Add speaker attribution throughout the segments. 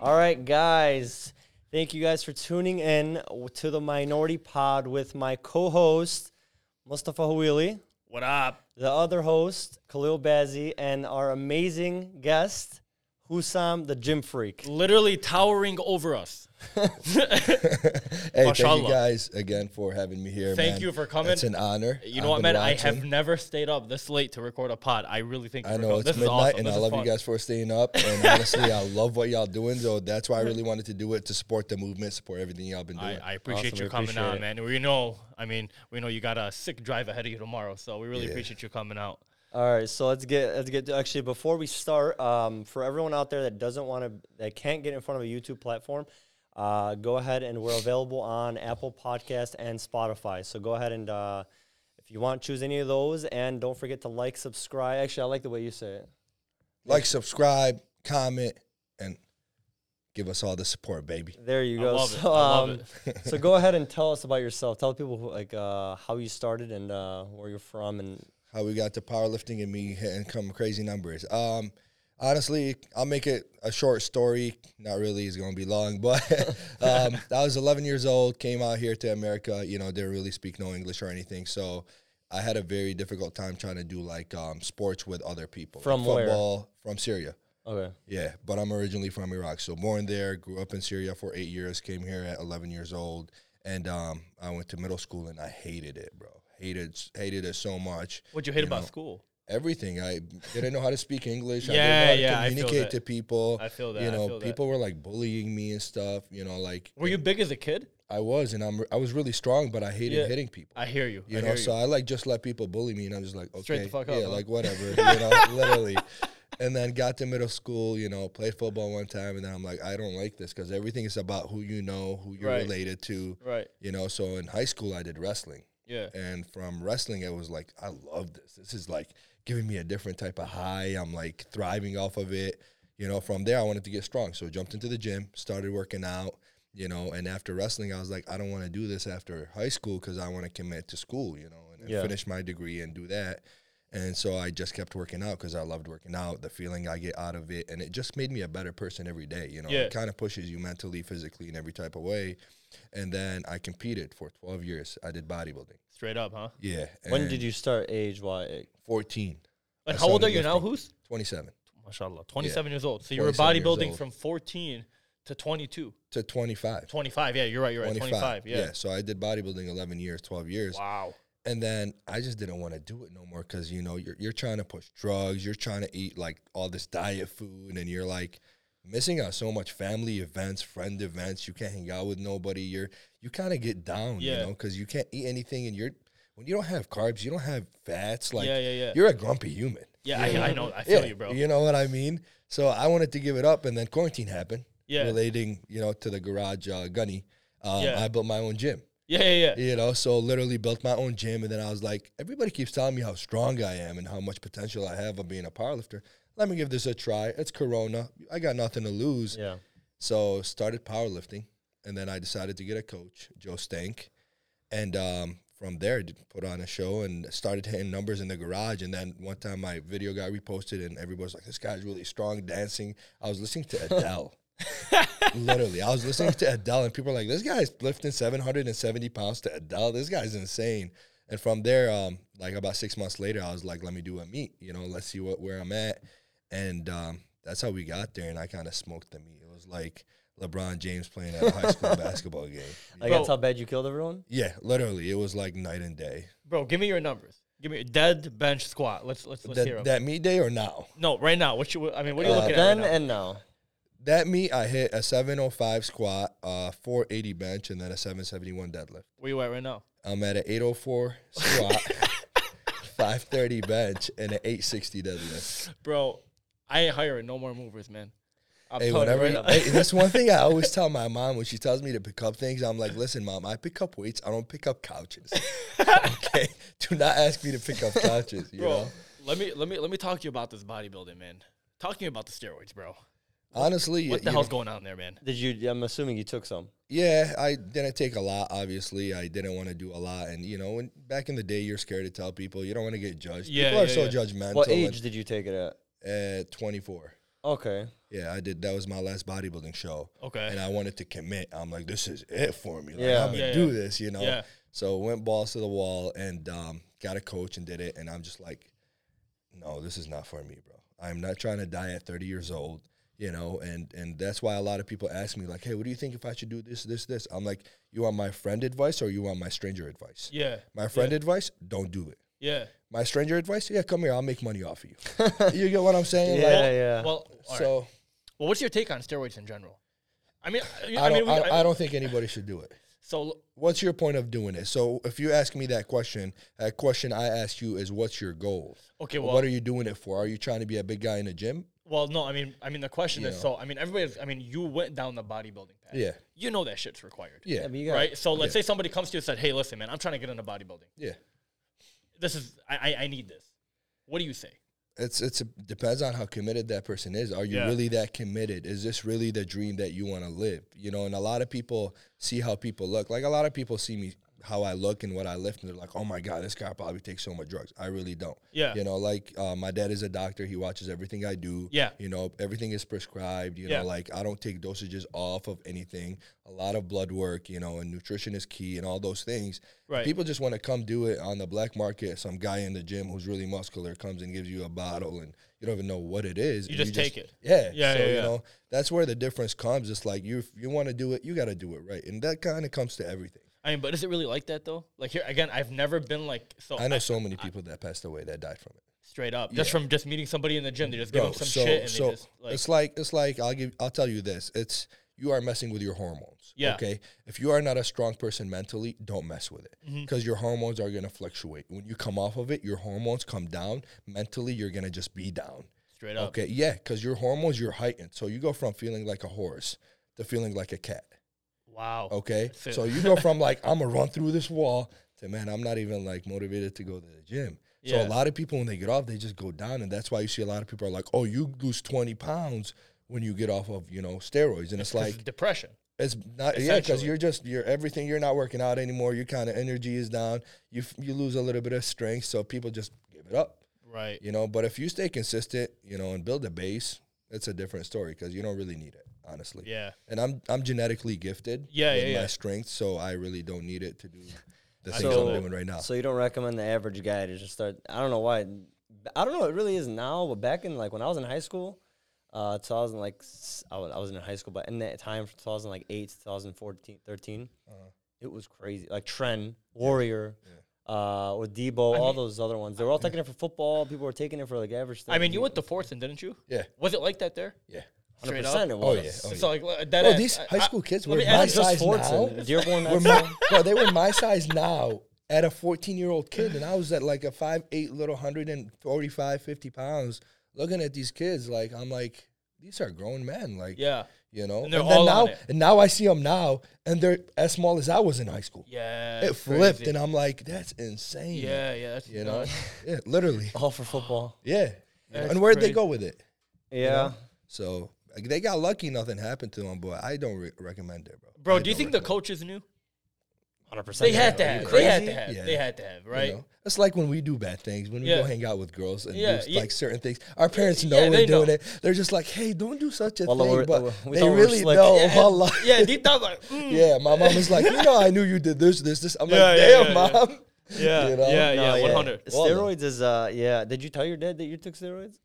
Speaker 1: All right, guys. Thank you guys for tuning in to the Minority Pod with my co-host Mustafa Hawili,
Speaker 2: What up?
Speaker 1: the other host Khalil Bazzi, and our amazing guest Husam, the gym freak.
Speaker 2: Literally towering over us.
Speaker 3: Hey, thank
Speaker 2: Mashallah.
Speaker 3: you guys again for having me here.
Speaker 2: Thank
Speaker 3: man.
Speaker 2: you for coming.
Speaker 3: It's an honor.
Speaker 2: You
Speaker 3: I've
Speaker 2: know what,
Speaker 3: been
Speaker 2: man? I have
Speaker 3: watching.
Speaker 2: never stayed up this late to record a pod. I really think
Speaker 3: I know it's
Speaker 2: this
Speaker 3: midnight,
Speaker 2: is awesome.
Speaker 3: and
Speaker 2: This
Speaker 3: I
Speaker 2: is
Speaker 3: love
Speaker 2: fun.
Speaker 3: you guys for staying up. And honestly, I love what y'all doing, so that's why I really wanted to do it to support the movement, support everything y'all been
Speaker 2: I,
Speaker 3: doing.
Speaker 2: I appreciate
Speaker 1: Awesome,
Speaker 2: you
Speaker 1: we
Speaker 2: coming
Speaker 1: appreciate
Speaker 2: out,
Speaker 1: it.
Speaker 2: man. We know, I mean, we know you got a sick drive ahead of you tomorrow, so we really appreciate you coming out.
Speaker 1: All right, so let's get let's get to, actually before we start, um, for everyone out there that doesn't want to that can't get in front of a YouTube platform, uh, go ahead and we're available on Apple Podcast and Spotify. So go ahead and uh, if you want, choose any of those, and don't forget to like, subscribe. Actually, I like the way you say it.
Speaker 3: like, subscribe, comment, and give us all the support, baby.
Speaker 1: There you
Speaker 2: I
Speaker 1: go.
Speaker 2: love it.
Speaker 1: so,
Speaker 2: I love
Speaker 1: um, so go ahead and tell us about yourself. Tell people who, like uh, how you started and uh, where you're from, and
Speaker 3: how we got to powerlifting and me hitting come crazy numbers. Um, honestly, I'll make it a short story. Not really, it's gonna be long, but um, I was 11 years old, came out here to America. You know, didn't really speak no English or anything, so I had a very difficult time trying to do like um, sports with other people.
Speaker 1: From where?
Speaker 3: football from Syria.
Speaker 1: okay,
Speaker 3: Yeah, but I'm originally from Iraq. So born there, grew up in Syria for eight years, came here at 11 years old, and um, I went to middle school and I hated it, bro. Hated hated it so much
Speaker 2: What'd you hate
Speaker 3: You
Speaker 2: about
Speaker 3: know,
Speaker 2: school?
Speaker 3: everything. I didn't know how to speak English.
Speaker 2: Yeah,
Speaker 3: I didn't know
Speaker 2: yeah,
Speaker 3: how
Speaker 2: I
Speaker 3: to
Speaker 2: feel
Speaker 3: communicate
Speaker 2: that.
Speaker 3: to people.
Speaker 2: I feel that, I
Speaker 3: You know,
Speaker 2: feel that.
Speaker 3: people were like bullying me and stuff. You know, like
Speaker 2: Were you big as a kid?
Speaker 3: I was, and I'm I was really strong, but I hated
Speaker 2: Yeah.
Speaker 3: hitting people.
Speaker 2: I hear you.
Speaker 3: you
Speaker 2: I
Speaker 3: know,
Speaker 2: hear
Speaker 3: so
Speaker 2: you.
Speaker 3: I like just let people bully me, and I'm just like, okay,
Speaker 2: Straight the fuck up,
Speaker 3: yeah,
Speaker 2: huh?
Speaker 3: like whatever, you know, literally. And then got to middle school, you know, played football one time, and then I'm like, I don't like this because everything is about who you know, who you're
Speaker 2: Right.
Speaker 3: related to,
Speaker 2: Right.
Speaker 3: you know. So in high school, I did wrestling.
Speaker 2: Yeah.
Speaker 3: And from wrestling, it was like, I love this. This is like giving me a different type of high. I'm like thriving off of it. You know, from there, I wanted to get strong. So I jumped into the gym, started working out, you know, and after wrestling, I was like, I don't want to do this after high school because I want to commit to school, you know, and, and
Speaker 1: Yeah.
Speaker 3: finish my degree and do that. And so I just kept working out because I loved working out, the feeling I get out of it. And it just made me a better person every day. You know,
Speaker 2: Yeah.
Speaker 3: it kind of pushes you mentally, physically, in every type of way. And then I competed for 12 years. I did bodybuilding.
Speaker 2: Straight up, huh?
Speaker 3: Yeah.
Speaker 1: when did
Speaker 3: and
Speaker 1: you start age wise?
Speaker 3: 14,
Speaker 2: Like,
Speaker 3: I
Speaker 2: how old are
Speaker 3: started
Speaker 2: you now?
Speaker 3: lifting.
Speaker 2: Who's?
Speaker 3: 27
Speaker 2: MashaAllah. 27 years old. So you were
Speaker 3: 27 years
Speaker 2: bodybuilding
Speaker 3: old.
Speaker 2: from 14 to 22.
Speaker 3: to 25.
Speaker 2: 25. Yeah, you're right. You're right. 25. yeah.
Speaker 3: So I did bodybuilding 11 years, 12 years.
Speaker 2: Wow.
Speaker 3: And then I just didn't want to do it no more because, you know, you're, you're trying to push drugs, you're trying to eat like all this diet food, and you're like, missing out so much family events friend events you can't hang out with nobody you're you kind of get down you
Speaker 2: Yeah.
Speaker 3: know because you can't eat anything and you're when you don't have carbs you don't have fats like
Speaker 2: Yeah, yeah, yeah.
Speaker 3: you're a grumpy human
Speaker 2: Yeah,
Speaker 3: you
Speaker 2: I, I know. I feel you, bro.
Speaker 3: You know what I mean? So I wanted to give it up, and then quarantine happened.
Speaker 2: Yeah.
Speaker 3: Relating, you know, to the garage uh, gunny. Um,
Speaker 2: Yeah.
Speaker 3: I built my own gym.
Speaker 2: Yeah, yeah, yeah.
Speaker 3: You know, so literally built my own gym, and then I was like, everybody keeps telling me how strong I am and how much potential I have of being a powerlifter. Let me give this a try. It's Corona. I got nothing to lose.
Speaker 1: Yeah,
Speaker 3: So started powerlifting, and then I decided to get a coach, Joe Stank, and um, from there d- put on a show and started hitting numbers in the garage. And then one time my video got reposted, and everybody was like, "This guy's really strong dancing." I was listening to Adele. Literally, I was listening to Adele, and people were like, "This guy's lifting 770 pounds to Adele. This guy's insane." And from there, um, like about six months later, I was like, "Let me do a meet. You know, let's see what where I'm at." And um, that's how we got there. And I kind of smoked the meat. It was like LeBron James playing at a high school basketball game.
Speaker 1: like
Speaker 2: Bro.
Speaker 1: that's how bad you killed everyone.
Speaker 3: Yeah, literally, it was like night and day.
Speaker 2: Bro, give me your numbers. Give me your dead bench squat. Let's let's let's hear
Speaker 3: That,
Speaker 2: 'em.
Speaker 3: that meet day or now?
Speaker 2: No, right now. What you? I mean, what are you
Speaker 1: Uh,
Speaker 2: looking
Speaker 1: then
Speaker 2: at? Right now?
Speaker 1: and now.
Speaker 3: That meet, I hit a 705 squat, uh, 480 bench, and then a 771 deadlift.
Speaker 2: Where you at right now?
Speaker 3: I'm at an 804 squat, 530 bench, and an 860 deadlift.
Speaker 2: Bro, I ain't hiring no more movers, man. I'm
Speaker 3: Hey,
Speaker 2: telling you
Speaker 3: whenever
Speaker 2: right now.
Speaker 3: hey, that's one thing I always tell my mom when she tells me to pick up things. I'm like, listen, mom, I pick up weights. I don't pick up couches. okay, do not ask me to pick up couches. You
Speaker 2: bro,
Speaker 3: know,
Speaker 2: let me let me let me talk to you about this bodybuilding, man. Talking about the steroids, bro.
Speaker 3: Honestly,
Speaker 2: What
Speaker 3: you
Speaker 2: the
Speaker 3: know,
Speaker 2: hell's going on there, man?
Speaker 1: Did you? I'm assuming you took some.
Speaker 3: Yeah, I didn't take a lot. Obviously, I didn't want to do a lot, and you know, when, back in the day, you're scared to tell people. You don't want to get judged.
Speaker 2: Yeah,
Speaker 3: people are
Speaker 2: yeah,
Speaker 3: so
Speaker 2: yeah.
Speaker 3: judgmental.
Speaker 1: What age did you take it at?
Speaker 3: and- At 24.
Speaker 1: Okay.
Speaker 3: Yeah, I did. That was my last bodybuilding show, and
Speaker 2: Okay.
Speaker 3: I wanted to commit. I'm like, this is it for me. Like,
Speaker 1: Yeah.
Speaker 3: I'm gonna
Speaker 2: Yeah,
Speaker 3: do
Speaker 2: yeah.
Speaker 3: this. You know.
Speaker 2: Yeah.
Speaker 3: So went balls to the wall and um, got a coach and did it. And I'm just like, no, this is not for me, bro. I'm not trying to die at 30 years old, you know. And and that's why a lot of people ask me like, hey, what do you think if I should do this, this, this? I'm like, you want my friend advice or you want my stranger advice?
Speaker 2: Yeah.
Speaker 3: My friend advice, don't do it.
Speaker 2: Yeah.
Speaker 3: My stranger advice, yeah, come here, I'll make money off of you. you get what I'm saying?
Speaker 1: Yeah,
Speaker 3: Like,
Speaker 1: yeah.
Speaker 2: Well, all right.
Speaker 3: so
Speaker 2: well, what's your take on steroids in general? I mean, I,
Speaker 3: I,
Speaker 2: I mean,
Speaker 3: don't,
Speaker 2: we,
Speaker 3: I, I don't think anybody should do it.
Speaker 2: So
Speaker 3: What's your point of doing it? So if you ask me that question, that question I ask you is, what's your goal?
Speaker 2: okay. Well,
Speaker 3: what are you doing it for? Are you trying to be a big guy in the gym?
Speaker 2: Well, no, I mean, I mean, the question
Speaker 3: Yeah.
Speaker 2: is, so I mean, everybody's, I mean, you went down the bodybuilding path.
Speaker 3: Yeah.
Speaker 2: You know that shit's required.
Speaker 3: Yeah.
Speaker 1: Yeah,
Speaker 3: Yeah.
Speaker 1: but you got-
Speaker 2: Right. So let's say somebody comes to you and said, "Hey, listen, man, I'm trying to get into bodybuilding. This is, I, I, I need this. What do you say?
Speaker 3: It's it's a, depends on how committed that person is. Are you
Speaker 2: Yeah.
Speaker 3: really that committed? Is this really the dream that you want to live? You know, and a lot of people see how people look. Like a lot of people see me how I look and what I lift, and they're like, "Oh my god, this guy probably takes so much drugs." I really don't.
Speaker 2: Yeah.
Speaker 3: You know, like uh, my dad is a doctor. He watches everything I do.
Speaker 2: Yeah.
Speaker 3: You know, everything is prescribed. You
Speaker 2: Yeah.
Speaker 3: know, like I don't take dosages off of anything. A lot of blood work, you know, and nutrition is key and all those things.
Speaker 2: Right.
Speaker 3: People just want to come do it on the black market. Some guy in the gym who's really muscular comes and gives you a bottle and you don't even know what it is. and
Speaker 2: just take it.
Speaker 3: Yeah.
Speaker 2: Yeah,
Speaker 3: So,
Speaker 2: yeah,
Speaker 3: you
Speaker 2: yeah.
Speaker 3: know, that's where the difference comes. It's like you if you want to do it, you got to do it right. And that kind of comes to everything.
Speaker 2: I mean, but is it really like that though? Like here again, I've never been like so.
Speaker 3: I know so many people that passed away that died from it.
Speaker 2: straight up, just from just meeting somebody in the gym, they just give
Speaker 3: Bro,
Speaker 2: them some shit and they just like,
Speaker 3: it's like it's like I'll give I'll tell you this. It's you are messing with your hormones.
Speaker 2: Yeah.
Speaker 3: Okay. If you are not a strong person mentally, don't mess with it
Speaker 2: Mm-hmm.
Speaker 3: because your hormones are gonna fluctuate. When you come off of it, your hormones come down. Mentally, you're gonna just be down.
Speaker 2: straight up.
Speaker 3: Okay. Yeah, because your hormones you're heightened. So you go from feeling like a horse to feeling like a cat.
Speaker 2: Wow.
Speaker 3: Okay.
Speaker 2: So-
Speaker 3: So you go from like, I'm gonna run through this wall to man, I'm not even like motivated to go to the gym. So
Speaker 2: Yeah.
Speaker 3: a lot of people when they get off, they just go down. And that's why you see a lot of people are like, Oh, you lose twenty pounds when you get off of, you know, steroids. And it's
Speaker 2: 'Cause
Speaker 3: like
Speaker 2: depression.
Speaker 3: it's not yeah, because
Speaker 2: Essentially.
Speaker 3: you're just you're everything, you're not working out anymore. Your kind of energy is down. You f- you lose a little bit of strength. So people just give it up.
Speaker 2: Right.
Speaker 3: You know, but if you stay consistent, you know, and build a base, it's a different story because you don't really need it, honestly
Speaker 2: Yeah.
Speaker 3: and I'm I'm genetically gifted.
Speaker 2: Yeah,
Speaker 3: with
Speaker 2: yeah,
Speaker 3: my
Speaker 2: yeah.
Speaker 3: strength, so I really don't need it to do the things
Speaker 1: So-
Speaker 3: I'm doing right now.
Speaker 1: So you don't recommend the average guy to just start? I don't know why. I don't know. It really is now, but back in like when I was in high school, uh, 2000 like s- I was, I was in high school, but in that time from 2000 like eight to 2014, 13,
Speaker 3: Uh-huh.
Speaker 1: it was crazy. Like Trent, Warrior, uh, with Debo, all those other ones. They were all taking it for football. People were taking it for like average. Stuff.
Speaker 2: I mean, you went to Fortson, didn't you?
Speaker 3: Yeah.
Speaker 2: Was it like that there?
Speaker 3: yeah.
Speaker 1: 100
Speaker 2: Straight
Speaker 1: percent.
Speaker 2: up.
Speaker 1: It was.
Speaker 3: Oh, yeah. Oh,
Speaker 2: So like li- that.
Speaker 3: Bro,
Speaker 2: ass-
Speaker 3: these
Speaker 2: I-
Speaker 3: high
Speaker 2: I-
Speaker 3: school kids
Speaker 2: let
Speaker 3: were
Speaker 2: me
Speaker 3: my
Speaker 1: Not
Speaker 2: ask you-
Speaker 1: just
Speaker 3: size
Speaker 1: Fortson,
Speaker 3: now?
Speaker 1: Dearborn.
Speaker 3: Were
Speaker 1: that's all.
Speaker 3: my, bro, they were my size now at a 14 year old kid, and I was at like a 5'8", little 145, 50 pounds. Looking at these kids, like I'm like, these are grown men, like
Speaker 2: Yeah.
Speaker 3: you know.
Speaker 2: And they're all
Speaker 3: now,
Speaker 2: on it.
Speaker 3: and now I see them now, and they're as small as I was in high school.
Speaker 2: Yeah.
Speaker 3: it flipped,
Speaker 2: crazy.
Speaker 3: and I'm like, that's insane.
Speaker 2: Yeah, yeah, that's
Speaker 3: you know,
Speaker 2: nuts.
Speaker 3: yeah, literally.
Speaker 1: all for football.
Speaker 3: Yeah.
Speaker 2: That's
Speaker 3: and where'd they
Speaker 2: crazy.
Speaker 3: go with it?
Speaker 1: Yeah.
Speaker 3: So like, they got lucky, nothing happened to them, but I don't re- recommend it, bro.
Speaker 2: bro.
Speaker 3: I
Speaker 2: Do you
Speaker 3: don't
Speaker 2: think the coaches knew?
Speaker 1: 100%.
Speaker 2: They had to
Speaker 1: Are you
Speaker 2: have. They had
Speaker 1: crazy?
Speaker 2: to have.
Speaker 3: Yeah.
Speaker 2: They had to have.
Speaker 3: recommend,
Speaker 2: Right?
Speaker 3: you know? It's like when we do bad things, when we go
Speaker 2: Yeah.
Speaker 3: hang out with girls and
Speaker 2: Yeah,
Speaker 3: do
Speaker 2: yeah.
Speaker 3: like certain things. Our parents know
Speaker 2: yeah,
Speaker 3: we're
Speaker 2: they
Speaker 3: doing
Speaker 2: know.
Speaker 3: it. They're just like, hey, don't do such a
Speaker 1: Wallah,
Speaker 3: thing.
Speaker 1: we're-
Speaker 3: But
Speaker 1: we
Speaker 3: they
Speaker 1: thought we were
Speaker 3: really
Speaker 1: slick.
Speaker 3: know.
Speaker 2: Yeah,
Speaker 3: wallah.
Speaker 2: yeah, deep down, like, mm,
Speaker 3: Yeah, my mom is like, you know, I knew you did this, this, this. I'm
Speaker 2: Yeah,
Speaker 3: like,
Speaker 2: yeah,
Speaker 3: damn,
Speaker 2: yeah, yeah.
Speaker 3: mom.
Speaker 2: yeah,
Speaker 3: You know?
Speaker 2: yeah,
Speaker 1: No,
Speaker 2: yeah, one hundred.
Speaker 3: Well, then.
Speaker 1: Steroids is uh yeah. Did you tell your dad that you took steroids?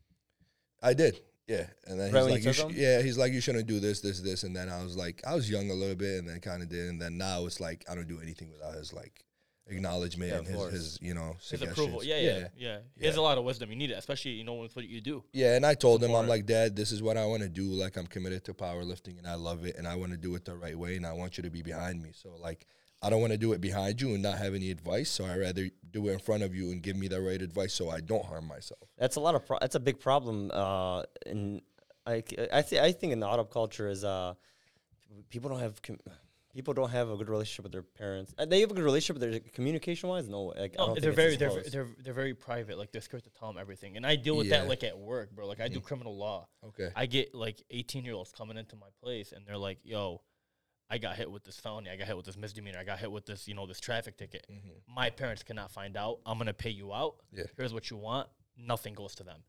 Speaker 3: I did. Yeah, and then
Speaker 1: Right
Speaker 3: he's
Speaker 1: when you
Speaker 3: like, you
Speaker 1: took
Speaker 3: sh-
Speaker 1: them?
Speaker 3: yeah, he's like, you shouldn't do this, this, this, and then I was like, I was young a little bit, and then kind of did, and then now it's like I don't do anything without his like acknowledgement
Speaker 1: Yeah,
Speaker 3: and
Speaker 1: of
Speaker 3: his,
Speaker 1: course.
Speaker 3: his, you know,
Speaker 2: His
Speaker 3: suggestions.
Speaker 2: approval. Yeah, yeah, yeah. He has
Speaker 3: Yeah.
Speaker 2: a lot of wisdom. You need it, especially you know with what you do.
Speaker 3: Yeah, and I told him, I'm
Speaker 2: Support.
Speaker 3: like, Dad, this is what I want to do. Like, I'm committed to powerlifting, and I love it, and I want to do it the right way, and I want you to be behind me. So like, I don't want to do it behind you and not have any advice. So I would rather do it in front of you and give me the right advice, so I don't harm myself.
Speaker 1: That's a lot of pro- that's a big problem. Uh, in I c- I thi- I think in the auto culture is uh people don't have com- people don't have a good relationship with their parents. Uh, They have a good relationship, but their communication wise, no. Like, I
Speaker 2: No,
Speaker 1: don't
Speaker 2: they're
Speaker 1: think
Speaker 2: very
Speaker 1: it's
Speaker 2: they're,
Speaker 1: as
Speaker 2: ve-
Speaker 1: close.
Speaker 2: they're they're very private. Like they're scared to tell them everything, and I deal with
Speaker 3: Yeah.
Speaker 2: that like at work, bro. Like I do criminal law.
Speaker 3: Okay.
Speaker 2: I get like eighteen year olds coming into my place, and they're like, "Yo, I got hit with this felony. I got hit with this misdemeanor. I got hit with this, you know, this traffic ticket. My parents cannot find out. I'm gonna pay you out.
Speaker 3: Mm-hmm. Yeah. Mm-hmm.
Speaker 2: Here's what you want. Nothing goes to them."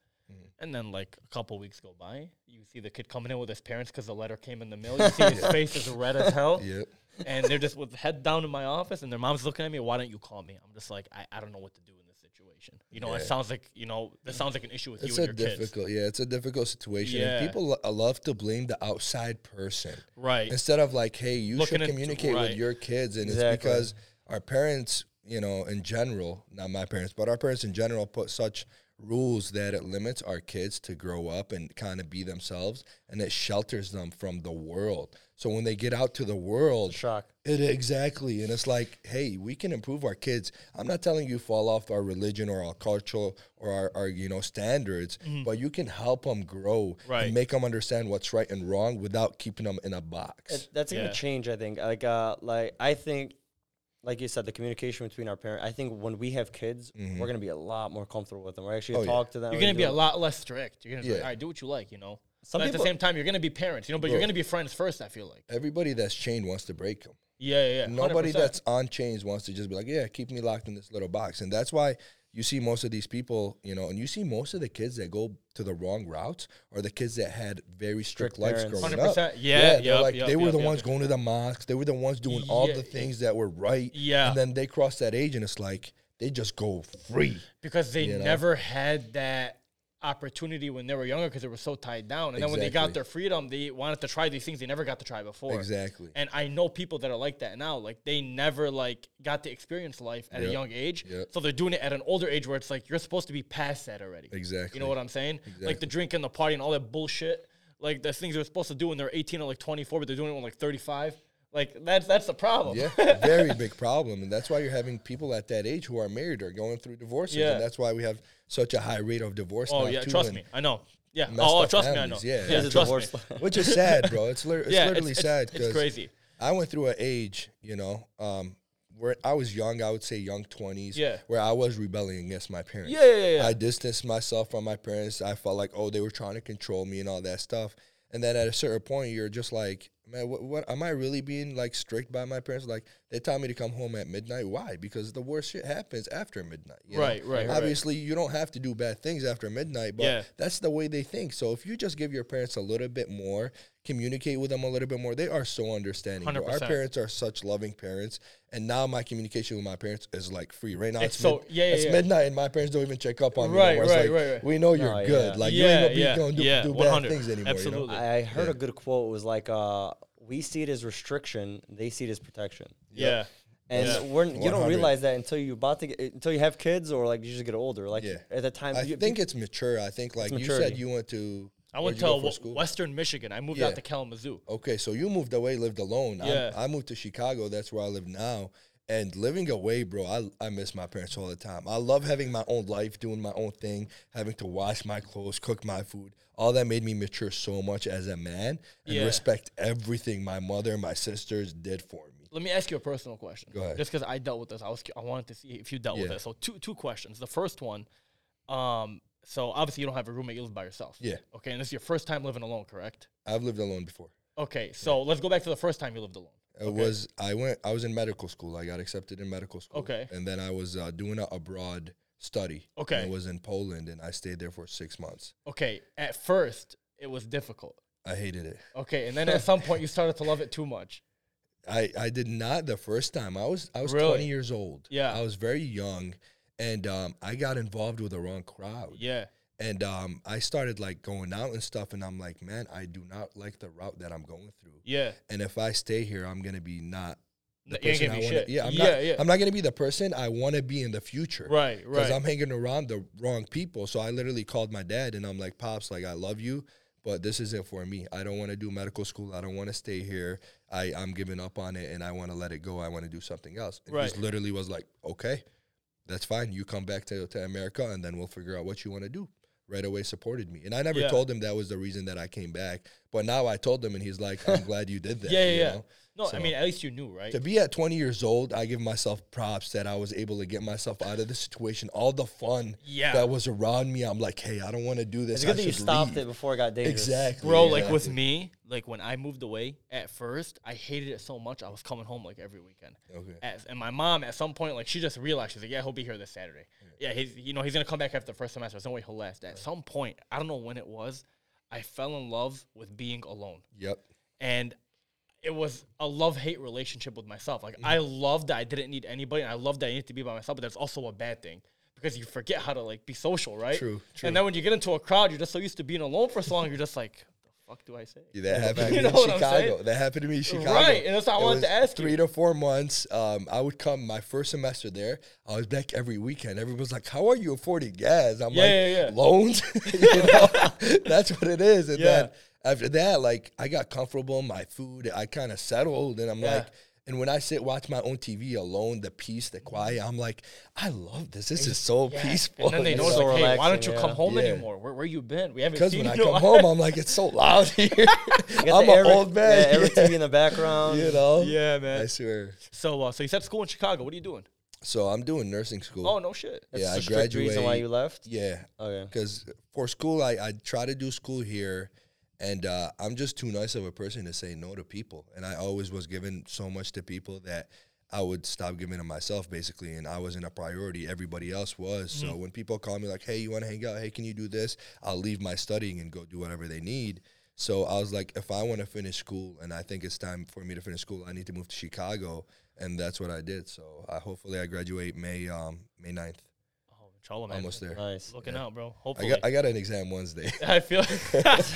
Speaker 2: And then, like a couple weeks go by, you see the kid coming in with his parents because the letter came in the mail. You see his face is red as hell
Speaker 3: Yep.
Speaker 2: and they're just with head down in my office and their mom's looking at me why don't you call me i'm just like i, I don't know what to do in this situation you know
Speaker 3: Yeah.
Speaker 2: it sounds like you know that sounds like an issue with
Speaker 3: It's
Speaker 2: you
Speaker 3: a
Speaker 2: and your kids
Speaker 3: difficult, yeah, it's a difficult situation. And
Speaker 2: Yeah.
Speaker 3: people lo- uh, love to blame the outside person
Speaker 2: right
Speaker 3: instead of like, hey, you
Speaker 2: Looking
Speaker 3: should
Speaker 2: into-
Speaker 3: communicate with
Speaker 2: right.
Speaker 3: your kids. And it's
Speaker 1: Exactly.
Speaker 3: because our parents, you know, in general, not my parents, but our parents in general put such rules that it limits our kids to grow up and kind of be themselves and it shelters them from the world. So when they get out to the world,
Speaker 1: shock.
Speaker 3: it exactly, and it's like, hey, we can improve our kids. I'm not telling you fall off our religion or our cultural or our, our you know standards, but you can help them grow
Speaker 2: Right.
Speaker 3: and make them understand what's right and wrong without keeping them in a box.
Speaker 1: It- that's
Speaker 2: Yeah.
Speaker 1: gonna change, I think. Like, uh, like I think, like you said, the communication between our parents. I think when we have kids, we're gonna be a lot more comfortable with them. We're actually
Speaker 3: Oh,
Speaker 1: gonna
Speaker 3: yeah.
Speaker 1: talk to them.
Speaker 2: you're
Speaker 1: we're
Speaker 2: gonna be
Speaker 1: do
Speaker 2: a lot less strict you're gonna be like,
Speaker 3: Yeah.
Speaker 2: all right do what you like you know
Speaker 1: Some
Speaker 2: but at
Speaker 1: people-
Speaker 2: the same time you're gonna be parents you know but you're
Speaker 3: Bro.
Speaker 2: gonna be friends first i feel like
Speaker 3: Everybody that's chained wants to break them.
Speaker 2: yeah yeah, yeah. 100%.
Speaker 3: Nobody that's on chains wants to just be like, yeah, keep me locked in this little box. And that's why you see most of these people, you know, and you see most of the kids that go to the wrong routes are the kids that had very strict,
Speaker 1: Strict
Speaker 3: lives
Speaker 1: parents.
Speaker 3: growing up.
Speaker 2: 100%. Yeah,
Speaker 3: they're
Speaker 2: yup,
Speaker 3: like
Speaker 2: yup,
Speaker 3: they were
Speaker 2: yup,
Speaker 3: the
Speaker 2: yup.
Speaker 3: ones going to the mosques. They were the ones doing all
Speaker 2: Yeah.
Speaker 3: the things that were right.
Speaker 2: Yeah.
Speaker 3: and then they cross that age, and it's like they just go free.
Speaker 2: because they
Speaker 3: you know?
Speaker 2: never had that opportunity when they were younger because they were so tied down and then when they
Speaker 3: Exactly.
Speaker 2: got their freedom they wanted to try these things they never got to try before
Speaker 3: Exactly.
Speaker 2: and I know people that are like that now. Like they never like got to experience life at
Speaker 3: Yep.
Speaker 2: a young age,
Speaker 3: Yep.
Speaker 2: so they're doing it at an older age where it's like you're supposed to be past that already.
Speaker 3: Exactly.
Speaker 2: You know what I'm saying? Like the drink and the party and all that bullshit. Like the things they're supposed to do when they're 18 or like 24, but they're doing it when like 35. Like that's that's the problem.
Speaker 3: Yeah, very big problem, and that's why you're having people at that age who are married or going through divorces,
Speaker 2: Yeah.
Speaker 3: and that's why we have such a high rate of divorce.
Speaker 2: oh
Speaker 3: now,
Speaker 2: yeah,
Speaker 3: too,
Speaker 2: trust
Speaker 3: and-
Speaker 2: me, I know. Yeah.
Speaker 3: messed
Speaker 2: Oh,
Speaker 3: up
Speaker 2: trust
Speaker 3: families,
Speaker 2: me, I
Speaker 3: yeah.
Speaker 2: know.
Speaker 3: Yeah,
Speaker 2: Yeah,
Speaker 1: It's a
Speaker 2: trust me.
Speaker 1: divorce life.
Speaker 3: which is sad, bro. It's, lit- it's
Speaker 2: Yeah, it's-
Speaker 3: literally
Speaker 2: it's-
Speaker 3: sad.
Speaker 2: it's
Speaker 3: 'cause
Speaker 2: crazy.
Speaker 3: I went through an age, you know, um, where I was young. I would say young twenties.
Speaker 2: Yeah.
Speaker 3: Where I was rebelling against my parents.
Speaker 2: Yeah, yeah, yeah.
Speaker 3: I distanced myself from my parents. I felt like oh they were trying to control me and all that stuff. And then at a certain point, you're just like, man, what, what am I really being like strict by my parents? Like they tell me to come home at midnight. Why? Because the worst shit happens after midnight. you know?
Speaker 2: Right, right, right.
Speaker 3: Obviously, you don't have to do bad things after midnight, but
Speaker 2: Yeah.
Speaker 3: that's the way they think. So if you just give your parents a little bit more, communicate with them a little bit more, they are so understanding. bro. Our
Speaker 2: 100%.
Speaker 3: parents are such loving parents, and now my communication with my parents is like free. Right now, it's,
Speaker 2: It's so-
Speaker 3: mid-
Speaker 2: yeah, yeah,
Speaker 3: it's
Speaker 2: yeah.
Speaker 3: midnight, and my parents don't even check up on me. no
Speaker 2: Right,
Speaker 3: more. It's
Speaker 2: right,
Speaker 3: like,
Speaker 2: right, right.
Speaker 3: We know you're
Speaker 1: No,
Speaker 3: good.
Speaker 1: yeah.
Speaker 3: Like you
Speaker 2: Yeah,
Speaker 3: ain't gonna be
Speaker 2: yeah,
Speaker 3: going to
Speaker 2: yeah,
Speaker 3: do bad
Speaker 2: 100.
Speaker 3: things anymore. You know?
Speaker 2: Absolutely.
Speaker 1: I I heard a good quote was like, uh, "We see it as restriction; they see it as protection."
Speaker 2: Yeah.
Speaker 1: And
Speaker 2: Yeah.
Speaker 1: we're, you
Speaker 3: 100.
Speaker 1: don't realize that until you about to get, until you have kids or like you just get older. Like
Speaker 3: Yeah.
Speaker 1: at the time,
Speaker 3: I
Speaker 1: you,
Speaker 3: think it's mature. I think like you said,
Speaker 1: maturity.
Speaker 3: you went to.
Speaker 2: I
Speaker 3: where'd
Speaker 2: went
Speaker 3: you
Speaker 2: to
Speaker 3: go for
Speaker 2: w-
Speaker 3: school?
Speaker 2: Western Michigan. I moved
Speaker 3: Yeah.
Speaker 2: out to Kalamazoo.
Speaker 3: Okay, so you moved away, lived alone.
Speaker 2: Yeah.
Speaker 3: I, I moved to Chicago. That's where I live now. And living away, bro, I, I miss my parents all the time. I love having my own life, doing my own thing, having to wash my clothes, cook my food. All that made me mature so much as a man and
Speaker 2: Yeah.
Speaker 3: respect everything my mother and my sisters did for me.
Speaker 2: Let me ask you a personal question.
Speaker 3: Go ahead.
Speaker 2: Just because I dealt with this, I was cu- I wanted to see if you dealt with
Speaker 3: Yeah.
Speaker 2: it. So two two questions. The first one, um, so obviously you don't have a roommate, you live by yourself.
Speaker 3: Yeah.
Speaker 2: Okay, and this is your first time living alone, correct?
Speaker 3: I've lived alone before.
Speaker 2: Okay, so let's go back to the first time you lived alone.
Speaker 3: It was I went I was in medical school. I got accepted in medical school.
Speaker 2: Okay.
Speaker 3: And then I was uh, doing a abroad study.
Speaker 2: Okay.
Speaker 3: I was in Poland and I stayed there for six months.
Speaker 2: Okay, at first it was difficult.
Speaker 3: I hated it.
Speaker 2: Okay, and then at some point you started to love it too much.
Speaker 3: I, I did not the first time. I was I was
Speaker 2: Really?
Speaker 3: 20 years old.
Speaker 2: Yeah.
Speaker 3: I was very young and um, I got involved with the wrong crowd.
Speaker 2: Yeah.
Speaker 3: And um, I started like going out and stuff and I'm like, man, I do not like the route that I'm going through.
Speaker 2: Yeah.
Speaker 3: And if I stay here, I'm going to be not the
Speaker 2: You ain't
Speaker 3: person
Speaker 2: gonna
Speaker 3: I
Speaker 2: be
Speaker 3: want to
Speaker 2: E shit.
Speaker 3: Yeah, I'm
Speaker 2: Yeah,
Speaker 3: not
Speaker 2: yeah.
Speaker 3: I'm not going to be the person I want to be in the future.
Speaker 2: Right,
Speaker 3: Because
Speaker 2: right.
Speaker 3: I'm hanging around the wrong people. So I literally called my dad and I'm like, Pops, like, I love you, but this isn't for me. I don't want to do medical school. I don't want to stay here. I, I'm giving up on it and I want to let it go. I want to do something else. And
Speaker 2: Right.
Speaker 3: he literally was like, okay, that's fine. You come back to, to America and then we'll figure out what you want to do. Right away supported me. And I never
Speaker 2: Yeah.
Speaker 3: told him that was the reason that I came back. But now I told him and he's like, I'm glad you did that.
Speaker 2: Yeah, yeah,
Speaker 3: you
Speaker 2: yeah.
Speaker 3: know?
Speaker 2: No,
Speaker 3: So-
Speaker 2: I mean at least you knew, right?
Speaker 3: To be at 20 years old, I give myself props that I was able to get myself out of the situation. All the fun
Speaker 2: Yeah.
Speaker 3: that was around me, I'm like, hey, I don't want to do this.
Speaker 1: It's good
Speaker 3: I
Speaker 1: that you
Speaker 3: should
Speaker 1: stopped
Speaker 3: leave.
Speaker 1: it before it got dangerous.
Speaker 3: Exactly,
Speaker 2: Bro, like with
Speaker 3: exactly.
Speaker 2: me, like when I moved away at first, I hated it so much. I was coming home like every weekend.
Speaker 3: Okay.
Speaker 2: At, and my mom, at some point, like she just realized she's like, "Yeah, he'll be here this Saturday. Yeah, he's you know he's gonna come back after the first semester. There's no way he'll last." At some point, I don't know when it was, I fell in love with being alone,
Speaker 3: Yep.
Speaker 2: and it was a love hate relationship with myself. Like I
Speaker 3: Mm-hmm.
Speaker 2: loved that I didn't need anybody, and I loved that I needed to be by myself. But that's also a bad thing because you forget how to like be social, right?
Speaker 3: True, true.
Speaker 2: And then when you get into a crowd, you're just so used to being alone for so long, you're just like, "What the fuck do I say?"
Speaker 3: Yeah, That happened to me
Speaker 2: You know
Speaker 3: in
Speaker 2: what I'm
Speaker 3: Chicago.
Speaker 2: saying?
Speaker 3: That happened to me in Chicago.
Speaker 2: Right, and that's what I
Speaker 3: It
Speaker 2: wanted to
Speaker 3: was
Speaker 2: ask you.
Speaker 3: Three to four months. Um, I would come my first semester there. I was back every weekend. Everyone's like, "How are you affording gas?" I'm
Speaker 2: Yeah,
Speaker 3: like,
Speaker 2: yeah, yeah.
Speaker 3: "Loans." You know? that's what it is. And
Speaker 1: Yeah.
Speaker 3: then after that, like, I got comfortable. in My food, I kind of settled, and I'm
Speaker 2: Yeah.
Speaker 3: like. And when I sit watch my own TV alone, the peace, the quiet, I'm like, I love this. This is so peaceful.
Speaker 2: And then they
Speaker 3: you know?
Speaker 2: notice,
Speaker 1: So
Speaker 2: like, hey, why don't you
Speaker 1: relaxing,
Speaker 2: come
Speaker 1: yeah.
Speaker 2: home
Speaker 3: Yeah.
Speaker 2: anymore? Where where you been? We haven't
Speaker 3: Because
Speaker 2: seen
Speaker 3: when I
Speaker 2: you. in a
Speaker 3: come
Speaker 2: while."
Speaker 3: home, I'm like, it's so loud here.
Speaker 1: You got
Speaker 3: I'm
Speaker 1: the
Speaker 3: an
Speaker 1: Eric-
Speaker 3: old man.
Speaker 1: Yeah, Eric
Speaker 3: yeah,
Speaker 1: TV in the background.
Speaker 3: you know?
Speaker 2: Yeah,
Speaker 3: I
Speaker 2: man.
Speaker 3: swear.
Speaker 2: So uh, so you said school in Chicago. What are you doing?
Speaker 3: So I'm doing nursing school.
Speaker 2: Oh no shit.
Speaker 1: That's
Speaker 3: yeah,
Speaker 1: the
Speaker 3: I
Speaker 1: strict reason why
Speaker 3: graduate-
Speaker 1: you left.
Speaker 3: Yeah,
Speaker 1: Okay.
Speaker 3: because for school, I, I try to do school here, and uh, I'm just too nice of a person to say no to people. And I always was giving so much to people that I would stop giving to myself, basically. And I wasn't a priority; everybody else was. So when people call me like, "Hey, you want to hang out? Hey, can you do this?" I'll leave my studying and go do whatever they need. So I was like, if I want to finish school, and I think it's time for me to finish school, I need to move to Chicago, and that's what I did. So I hopefully I graduate May um, May 9th.
Speaker 2: Oh, Chola, man.
Speaker 3: Almost there.
Speaker 1: Nice.
Speaker 2: Looking out, bro.
Speaker 3: I
Speaker 2: Hopefully.
Speaker 3: got I got an exam Wednesday.
Speaker 2: I feel.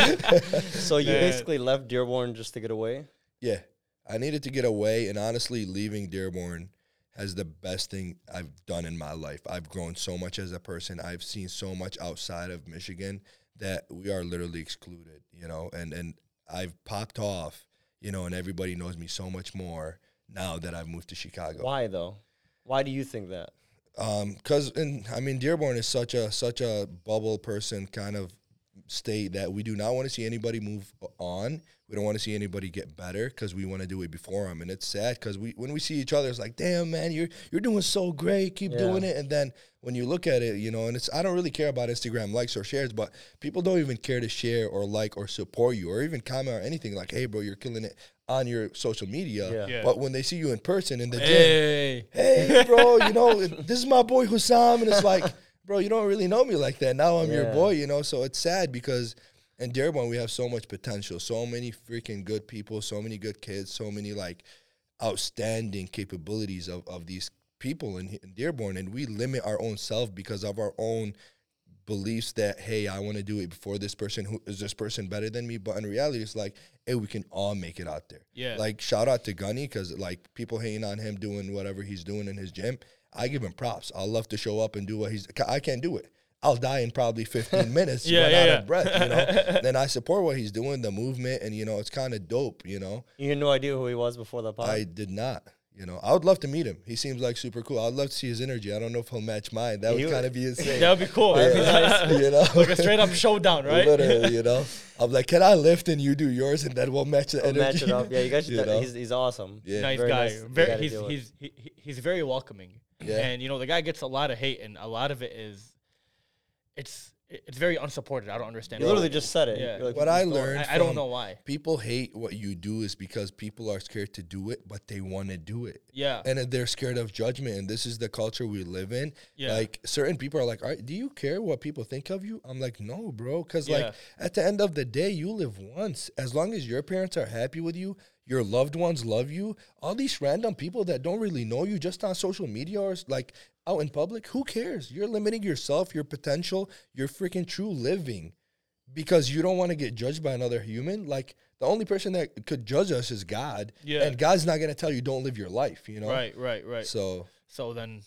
Speaker 1: So you
Speaker 2: Yeah.
Speaker 1: basically left Dearborn just to get away.
Speaker 3: yeah, I needed to get away, and honestly, leaving Dearborn has the best thing I've done in my life. I've grown so much as a person. I've seen so much outside of Michigan that we are literally excluded, you know. And and I've popped off, you know, and everybody knows me so much more now that I've moved to Chicago.
Speaker 1: Why though? Why do you think that?
Speaker 3: Um, 'cause cause and I mean Dearborn is such a such a bubble person kind of state that we do not want to see anybody move on. We don't want to see anybody get better because we want to do it before them, and it's sad because we when we see each other, it's like, damn man, you're you're doing so great, keep
Speaker 1: Yeah.
Speaker 3: doing it. And then when you look at it, you know, and it's I don't really care about Instagram likes or shares, but people don't even care to share or like or support you or even comment or anything like, hey bro, you're killing it on your social media.
Speaker 1: Yeah.
Speaker 2: Yeah.
Speaker 3: But when they see you in person in the gym,
Speaker 2: hey.
Speaker 3: hey, bro, you know, this is my boy Hussam. And it's like, bro, you don't really know me like that. Now I'm
Speaker 1: Yeah.
Speaker 3: your boy, you know? So it's sad because in Dearborn, we have so much potential, so many freaking good people, so many good kids, so many like outstanding capabilities of, of these people in, in Dearborn. And we limit our own self because of our own beliefs that hey i want to do it before this person who is this person better than me but in reality it's like hey we can all make it out there
Speaker 2: Yeah.
Speaker 3: like shout out to gunny because like people hating on him doing whatever he's doing in his gym i give him props i love to show up and do what he's ca- i can't do it i'll die in probably 15 minutes
Speaker 2: Yeah,
Speaker 3: run
Speaker 2: yeah,
Speaker 3: out
Speaker 2: yeah.
Speaker 3: of breath you know then i support what he's doing the movement and you know it's kind of dope you know
Speaker 1: You had no idea who he was before the
Speaker 2: Uh-huh.
Speaker 1: pod.
Speaker 3: I did not. You know, I would love to meet him. He seems like super cool. I'd love to see his energy. I don't know if he'll match mine. That
Speaker 1: You-
Speaker 3: would kind of be insane.
Speaker 2: That would be cool.
Speaker 3: you know,
Speaker 2: like a straight up showdown, right?
Speaker 3: Literally, you know, I'm like, can I lift and you do yours, and then we'll match the
Speaker 1: We'll
Speaker 3: energy.
Speaker 1: match it up. Yeah, you guys. should
Speaker 3: You know?
Speaker 1: he's, he's awesome.
Speaker 3: Yeah.
Speaker 2: Nice
Speaker 1: Very
Speaker 2: guy.
Speaker 1: nice. You
Speaker 2: Very,
Speaker 1: gotta
Speaker 2: he's
Speaker 1: deal with-
Speaker 2: he's he, he- he's very welcoming.
Speaker 3: Yeah.
Speaker 2: And you know the guy gets a lot of hate, and a lot of it is, it's it's very unsupported. I don't understand.
Speaker 1: You
Speaker 2: why.
Speaker 1: literally just said it.
Speaker 2: Yeah.
Speaker 1: You're like,
Speaker 3: what I
Speaker 1: "Don't-"
Speaker 3: learned,
Speaker 2: I, I don't
Speaker 3: from
Speaker 2: know why.
Speaker 3: People hate what you do is because people are scared to do it, but they want to do it.
Speaker 2: Yeah.
Speaker 3: and then they're scared of judgment and this is the culture we live in
Speaker 2: Yeah.
Speaker 3: like certain people are like All right, do you care what people think of you i'm like no bro because
Speaker 2: Yeah.
Speaker 3: like at the end of the day you live once as long as your parents are happy with you your loved ones love you all these random people that don't really know you just on social media or s- like out in public who cares you're limiting yourself your potential your freaking true living because you don't want to get judged by another human like the only person that could judge us is god
Speaker 2: Yeah.
Speaker 3: and god's not going to tell you don't live your life you know
Speaker 2: right. Right. Right.
Speaker 3: so
Speaker 2: So then,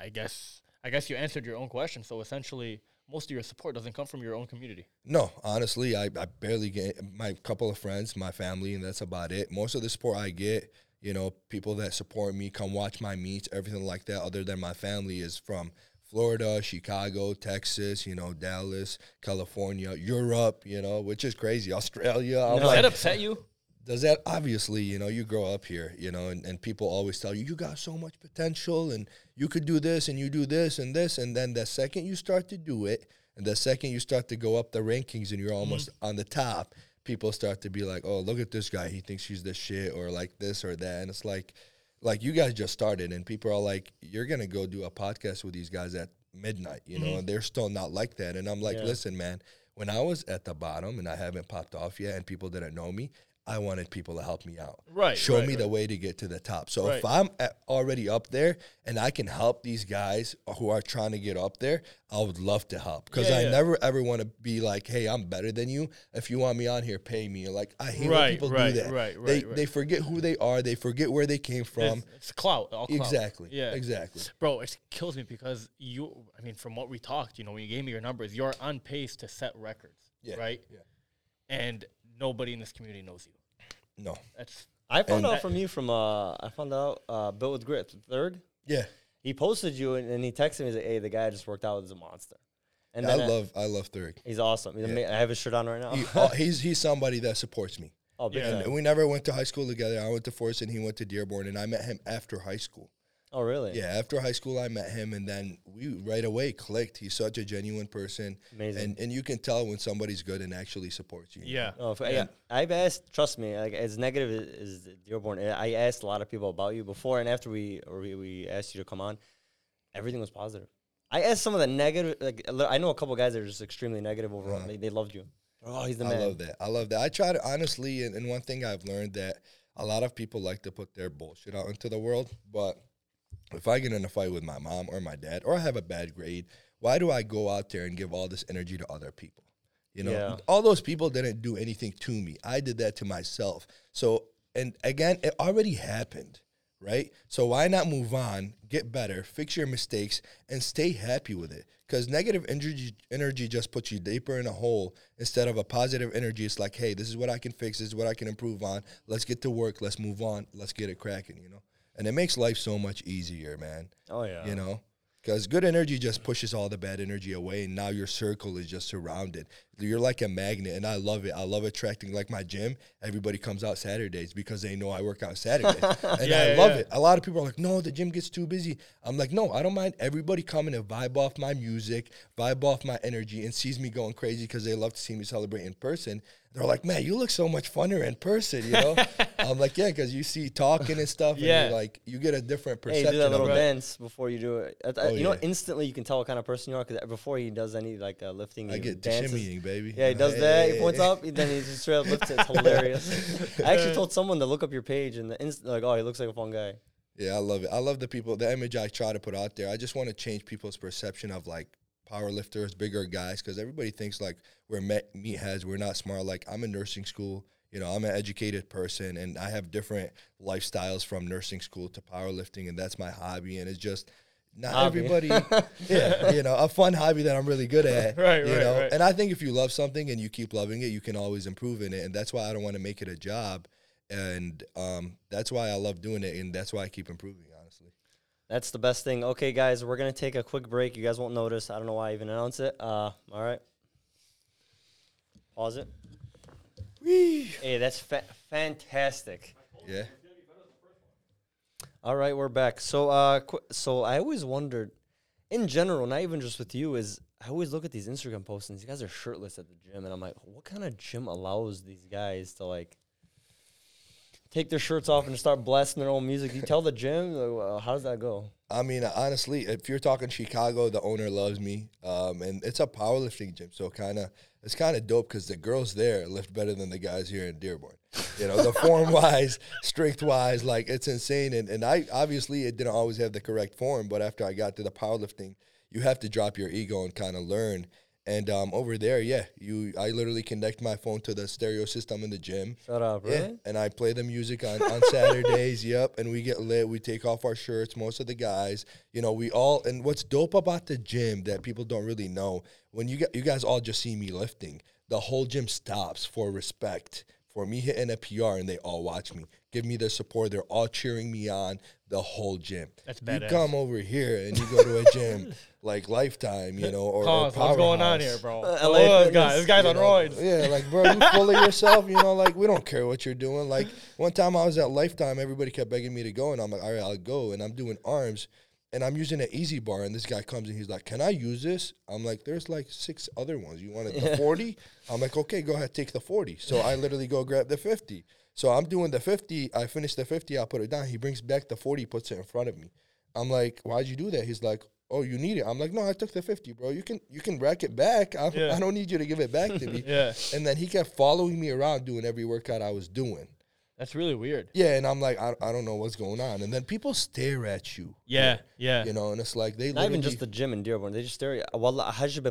Speaker 2: I, I guess I guess you answered your own question. So essentially, most of your support doesn't come from your own community.
Speaker 3: no, honestly, I, I barely get my couple of friends, my family, and that's about it. Most of the support I get, you know, people that support me, come watch my meets, everything like that, other than my family, is from Florida, Chicago, Texas, you know, Dallas, California, Europe, you know, which is crazy. Australia. I'm
Speaker 1: No.
Speaker 2: Does
Speaker 3: like,
Speaker 2: that upset you?
Speaker 3: does that obviously you know you grow up here you know and, and people always tell you you got so much potential and you could do this and you do this and this and then the second you start to do it and the second you start to go up the rankings and you're almost on the top people start to be like oh look at this guy he thinks he's this shit or like this or that and it's like like you guys just started and people are like you're gonna go do a podcast with these guys at midnight you
Speaker 2: Mm-hmm.
Speaker 3: know and they're still not like that and i'm like
Speaker 1: Yeah.
Speaker 3: listen man when i was at the bottom and i haven't popped off yet and people didn't know me i wanted people to help me out
Speaker 2: Right,
Speaker 3: show
Speaker 2: right,
Speaker 3: me the
Speaker 2: right.
Speaker 3: way to get to the top so if
Speaker 2: Right.
Speaker 3: i'm at, already up there and i can help these guys who are trying to get up there i would love to help because
Speaker 2: Yeah,
Speaker 3: i
Speaker 2: yeah.
Speaker 3: never ever want to be like hey i'm better than you if you want me on here pay me like i hate when
Speaker 2: Right,
Speaker 3: people
Speaker 2: right,
Speaker 3: do that
Speaker 2: right, right,
Speaker 3: they,
Speaker 2: right.
Speaker 3: they forget who they are they forget where they came from
Speaker 2: It's, it's clout, all clout.
Speaker 3: Exactly.
Speaker 2: Yeah.
Speaker 3: Exactly.
Speaker 2: Bro, it kills me because you. I mean, from what we talked, you know, when you gave me your numbers, you're on pace to set records,
Speaker 3: Yeah,
Speaker 2: right?
Speaker 3: yeah.
Speaker 2: And nobody in this community knows you.
Speaker 3: No.
Speaker 2: That's
Speaker 1: I found
Speaker 3: And-
Speaker 1: out from you from uh, I found out uh, Built with Grit third.
Speaker 3: Yeah.
Speaker 1: He posted you and, and he texted me. He's like, "Hey, the guy I just worked out with is a monster." And
Speaker 3: I
Speaker 1: then uh,
Speaker 3: love I love Thurg.
Speaker 1: He's awesome. He's ama- I have his shirt on right now.
Speaker 3: He, oh, he's he's somebody that supports me.
Speaker 1: oh, big
Speaker 2: yeah.
Speaker 1: time.
Speaker 3: And we never went to high school together. I went to Forest and he went to Dearborn and I met him after high school.
Speaker 1: Oh, really?
Speaker 3: Yeah, after high school I met him and then we right away clicked. He's such a genuine person.
Speaker 1: Amazing.
Speaker 3: And and you can tell when somebody's good and actually supports you.
Speaker 2: yeah.
Speaker 1: Oh, if, yeah. I've asked. Trust me, like as negative as as Dearborn, I I asked a lot of people about you before and after we or we, we asked you to come on. Everything was positive. I asked some of the negative. Like li- I know a couple guys that are just extremely negative overall. They, they loved you. Oh, he's the
Speaker 3: Mm-hmm. I
Speaker 1: man.
Speaker 3: love that. I love that. I try to honestly, and, and one thing I've learned that a lot of people like to put their bullshit out into the world, but if I get in a fight with my mom or my dad, or I have a bad grade, why do I go out there and give all this energy to other people? You know,
Speaker 1: Yeah.
Speaker 3: all those people didn't do anything to me. I did that to myself. So, and again, it already happened, right? So why not move on, get better, fix your mistakes, and stay happy with it? Because negative energy energy just puts you deeper in a hole instead of a positive energy. It's like, hey, this is what I can fix. This is what I can improve on. Let's get to work. Let's move on. Let's get it cracking. You know, and it makes life so much easier, man.
Speaker 1: Oh yeah.
Speaker 3: You know, because good energy just pushes all the bad energy away, and now your circle is just surrounded. You're like a magnet, and I love it. I love attracting, like my gym. Everybody comes out Saturdays because they know I work out Saturdays, and
Speaker 2: Yeah,
Speaker 3: I
Speaker 2: yeah,
Speaker 3: love
Speaker 2: yeah.
Speaker 3: it. A lot of people are like, "No, the gym gets too busy." I'm like, "No, I don't mind. Everybody coming and vibe off my music, vibe off my energy, and sees me going crazy because they love to see me celebrate in person." They're like, "Man, you look so much funner in person," you know. I'm like, "Yeah," because you see talking and stuff,
Speaker 2: Yeah.
Speaker 3: and you're like you get a different
Speaker 1: Hey, you
Speaker 3: perception.
Speaker 1: do that
Speaker 3: of
Speaker 1: little
Speaker 3: it.
Speaker 1: dance before you do it. At- at-
Speaker 3: Oh,
Speaker 1: you know,
Speaker 3: yeah.
Speaker 1: what? instantly you can tell what kind of person you are because before he does any like uh, lifting,
Speaker 3: I
Speaker 1: he
Speaker 3: get the
Speaker 1: dances.
Speaker 3: shimmying, baby.
Speaker 1: Yeah, he does that. He points
Speaker 3: Hey.
Speaker 1: up, and then he just straight up lifts it. It's hilarious. I actually told someone to look up your page, and the inst- like, oh, he looks like a fun guy.
Speaker 3: Yeah, I love it. I love the people, the image I try to put out there. I just want to change people's perception of like power lifters, bigger guys, because everybody thinks like we're me- meatheads, we're not smart. Like I'm in nursing school, you know, I'm an educated person, and I have different lifestyles from nursing school to powerlifting, and that's my hobby. And it's just not
Speaker 1: Hobby.
Speaker 3: everybody, yeah, you know, a fun hobby that I'm really good at,
Speaker 2: Right,
Speaker 3: You
Speaker 2: right,
Speaker 3: know,
Speaker 2: right.
Speaker 3: and I think if you love something and you keep loving it, you can always improve in it, and that's why I don't want to make it a job, and um, that's why I love doing it, and that's why I keep improving. Honestly,
Speaker 1: That's the best thing. Okay, guys, we're gonna take a quick break. You guys won't notice. I don't know why I even announced it. Uh, all right. Pause it. Hey, that's fa- fantastic.
Speaker 3: yeah,
Speaker 1: All right, we're back. So, uh, qu- so I always wondered, in general, not even just with you, is I always look at these Instagram posts and these guys are shirtless at the gym, and I'm like, what kind of gym allows these guys to like take their shirts off and start blasting their own music? You tell the gym, like, uh, how does that go?
Speaker 3: I mean, honestly, if you're talking Chicago, the owner loves me, um, and it's a powerlifting gym, so kind of it's kind of dope because the girls there lift better than the guys here in Dearborn. You know, the form wise, strength wise, like it's insane. And and I obviously it didn't always have the correct form, but after I got to the powerlifting, you have to drop your ego and kind of learn. And um, over there, yeah, you I literally connect my phone to the stereo system in the gym.
Speaker 1: Shut up,
Speaker 3: Yeah,
Speaker 1: really?
Speaker 3: and I play the music on, on Saturdays. yep, and we get lit. We take off our shirts. Most of the guys, you know, we all. And what's dope about the gym that people don't really know when you gu- you guys all just see me lifting, the whole gym stops for respect for me hitting a PR, and they all watch me. give me their support. They're all cheering me on the whole gym.
Speaker 2: That's
Speaker 3: You
Speaker 2: badass.
Speaker 3: come over here and you go to a gym like Lifetime, you know, or, or
Speaker 2: Pause. What's going on
Speaker 3: Powerhouse,
Speaker 2: here, bro?
Speaker 1: Uh,
Speaker 2: Who
Speaker 1: LA
Speaker 2: is this guy?
Speaker 1: Fitness,
Speaker 2: This guy's
Speaker 3: you
Speaker 2: on
Speaker 3: know?
Speaker 2: roids.
Speaker 3: Yeah, like bro, you full of yourself, you know, like we don't care what you're doing. Like one time I was at Lifetime, everybody kept begging me to go, and I'm like, all right, I'll go. And I'm doing arms and I'm using an easy bar, and this guy comes and he's like, Can I use this? I'm like, There's like six other ones. You wanted the 40? I'm like, okay, go ahead, take the 40. So I literally go grab the 50. So I'm doing the 50, I finish the 50, I put it down. He brings back the 40, puts it in front of me. I'm like, why'd you do that? He's like, oh, you need it. I'm like, no, I took the 50, bro. You can you can rack it back. I,
Speaker 2: Yeah.
Speaker 3: I don't need you to give it back to me.
Speaker 2: Yeah,
Speaker 3: And then he kept following me around doing every workout I was doing.
Speaker 2: that's really weird.
Speaker 3: Yeah, and I'm like, I, I don't know what's going on. And then people stare at you.
Speaker 2: Yeah, yeah.
Speaker 3: You know, and it's like they
Speaker 1: Not even just the
Speaker 3: literally-
Speaker 1: gym in Dearborn. They just stare. at- Wallah, Hajib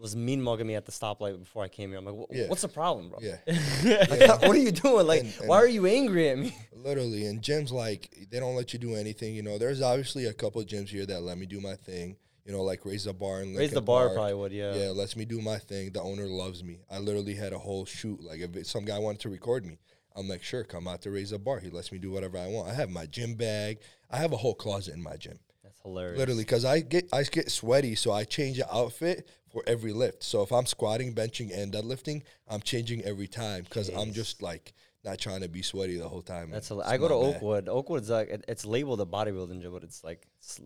Speaker 1: was mean mugging me at the stoplight before I came here. I'm like, "Wha-
Speaker 3: Yeah.
Speaker 1: what's the problem, bro?
Speaker 3: yeah.
Speaker 1: Like, what are you doing? Like,
Speaker 3: And-
Speaker 1: why are you angry at me?
Speaker 3: Literally, and gyms like they don't let you do anything. You know, there's obviously a couple gyms here that let me do my thing. You know, like raise the bar and
Speaker 1: Raise the bar probably would, yeah.
Speaker 3: Yeah, lets me do my thing. The owner loves me. I literally had a whole shoot. Like if it- some guy wanted to record me, I'm like, sure, come out to raise the bar. He lets me do whatever I want. I have my gym bag. I have a whole closet in my gym.
Speaker 1: That's hilarious.
Speaker 3: Literally, because I get I get sweaty, so I change the outfit for every lift. So if I'm squatting, benching, and deadlifting, I'm changing every time because I'm just like not trying to be sweaty the whole time.
Speaker 1: That's
Speaker 3: It's
Speaker 1: hila- I go to
Speaker 3: not bad.
Speaker 1: Oakwood. Oakwood's like it, it's labeled a bodybuilding gym, but it's like it's,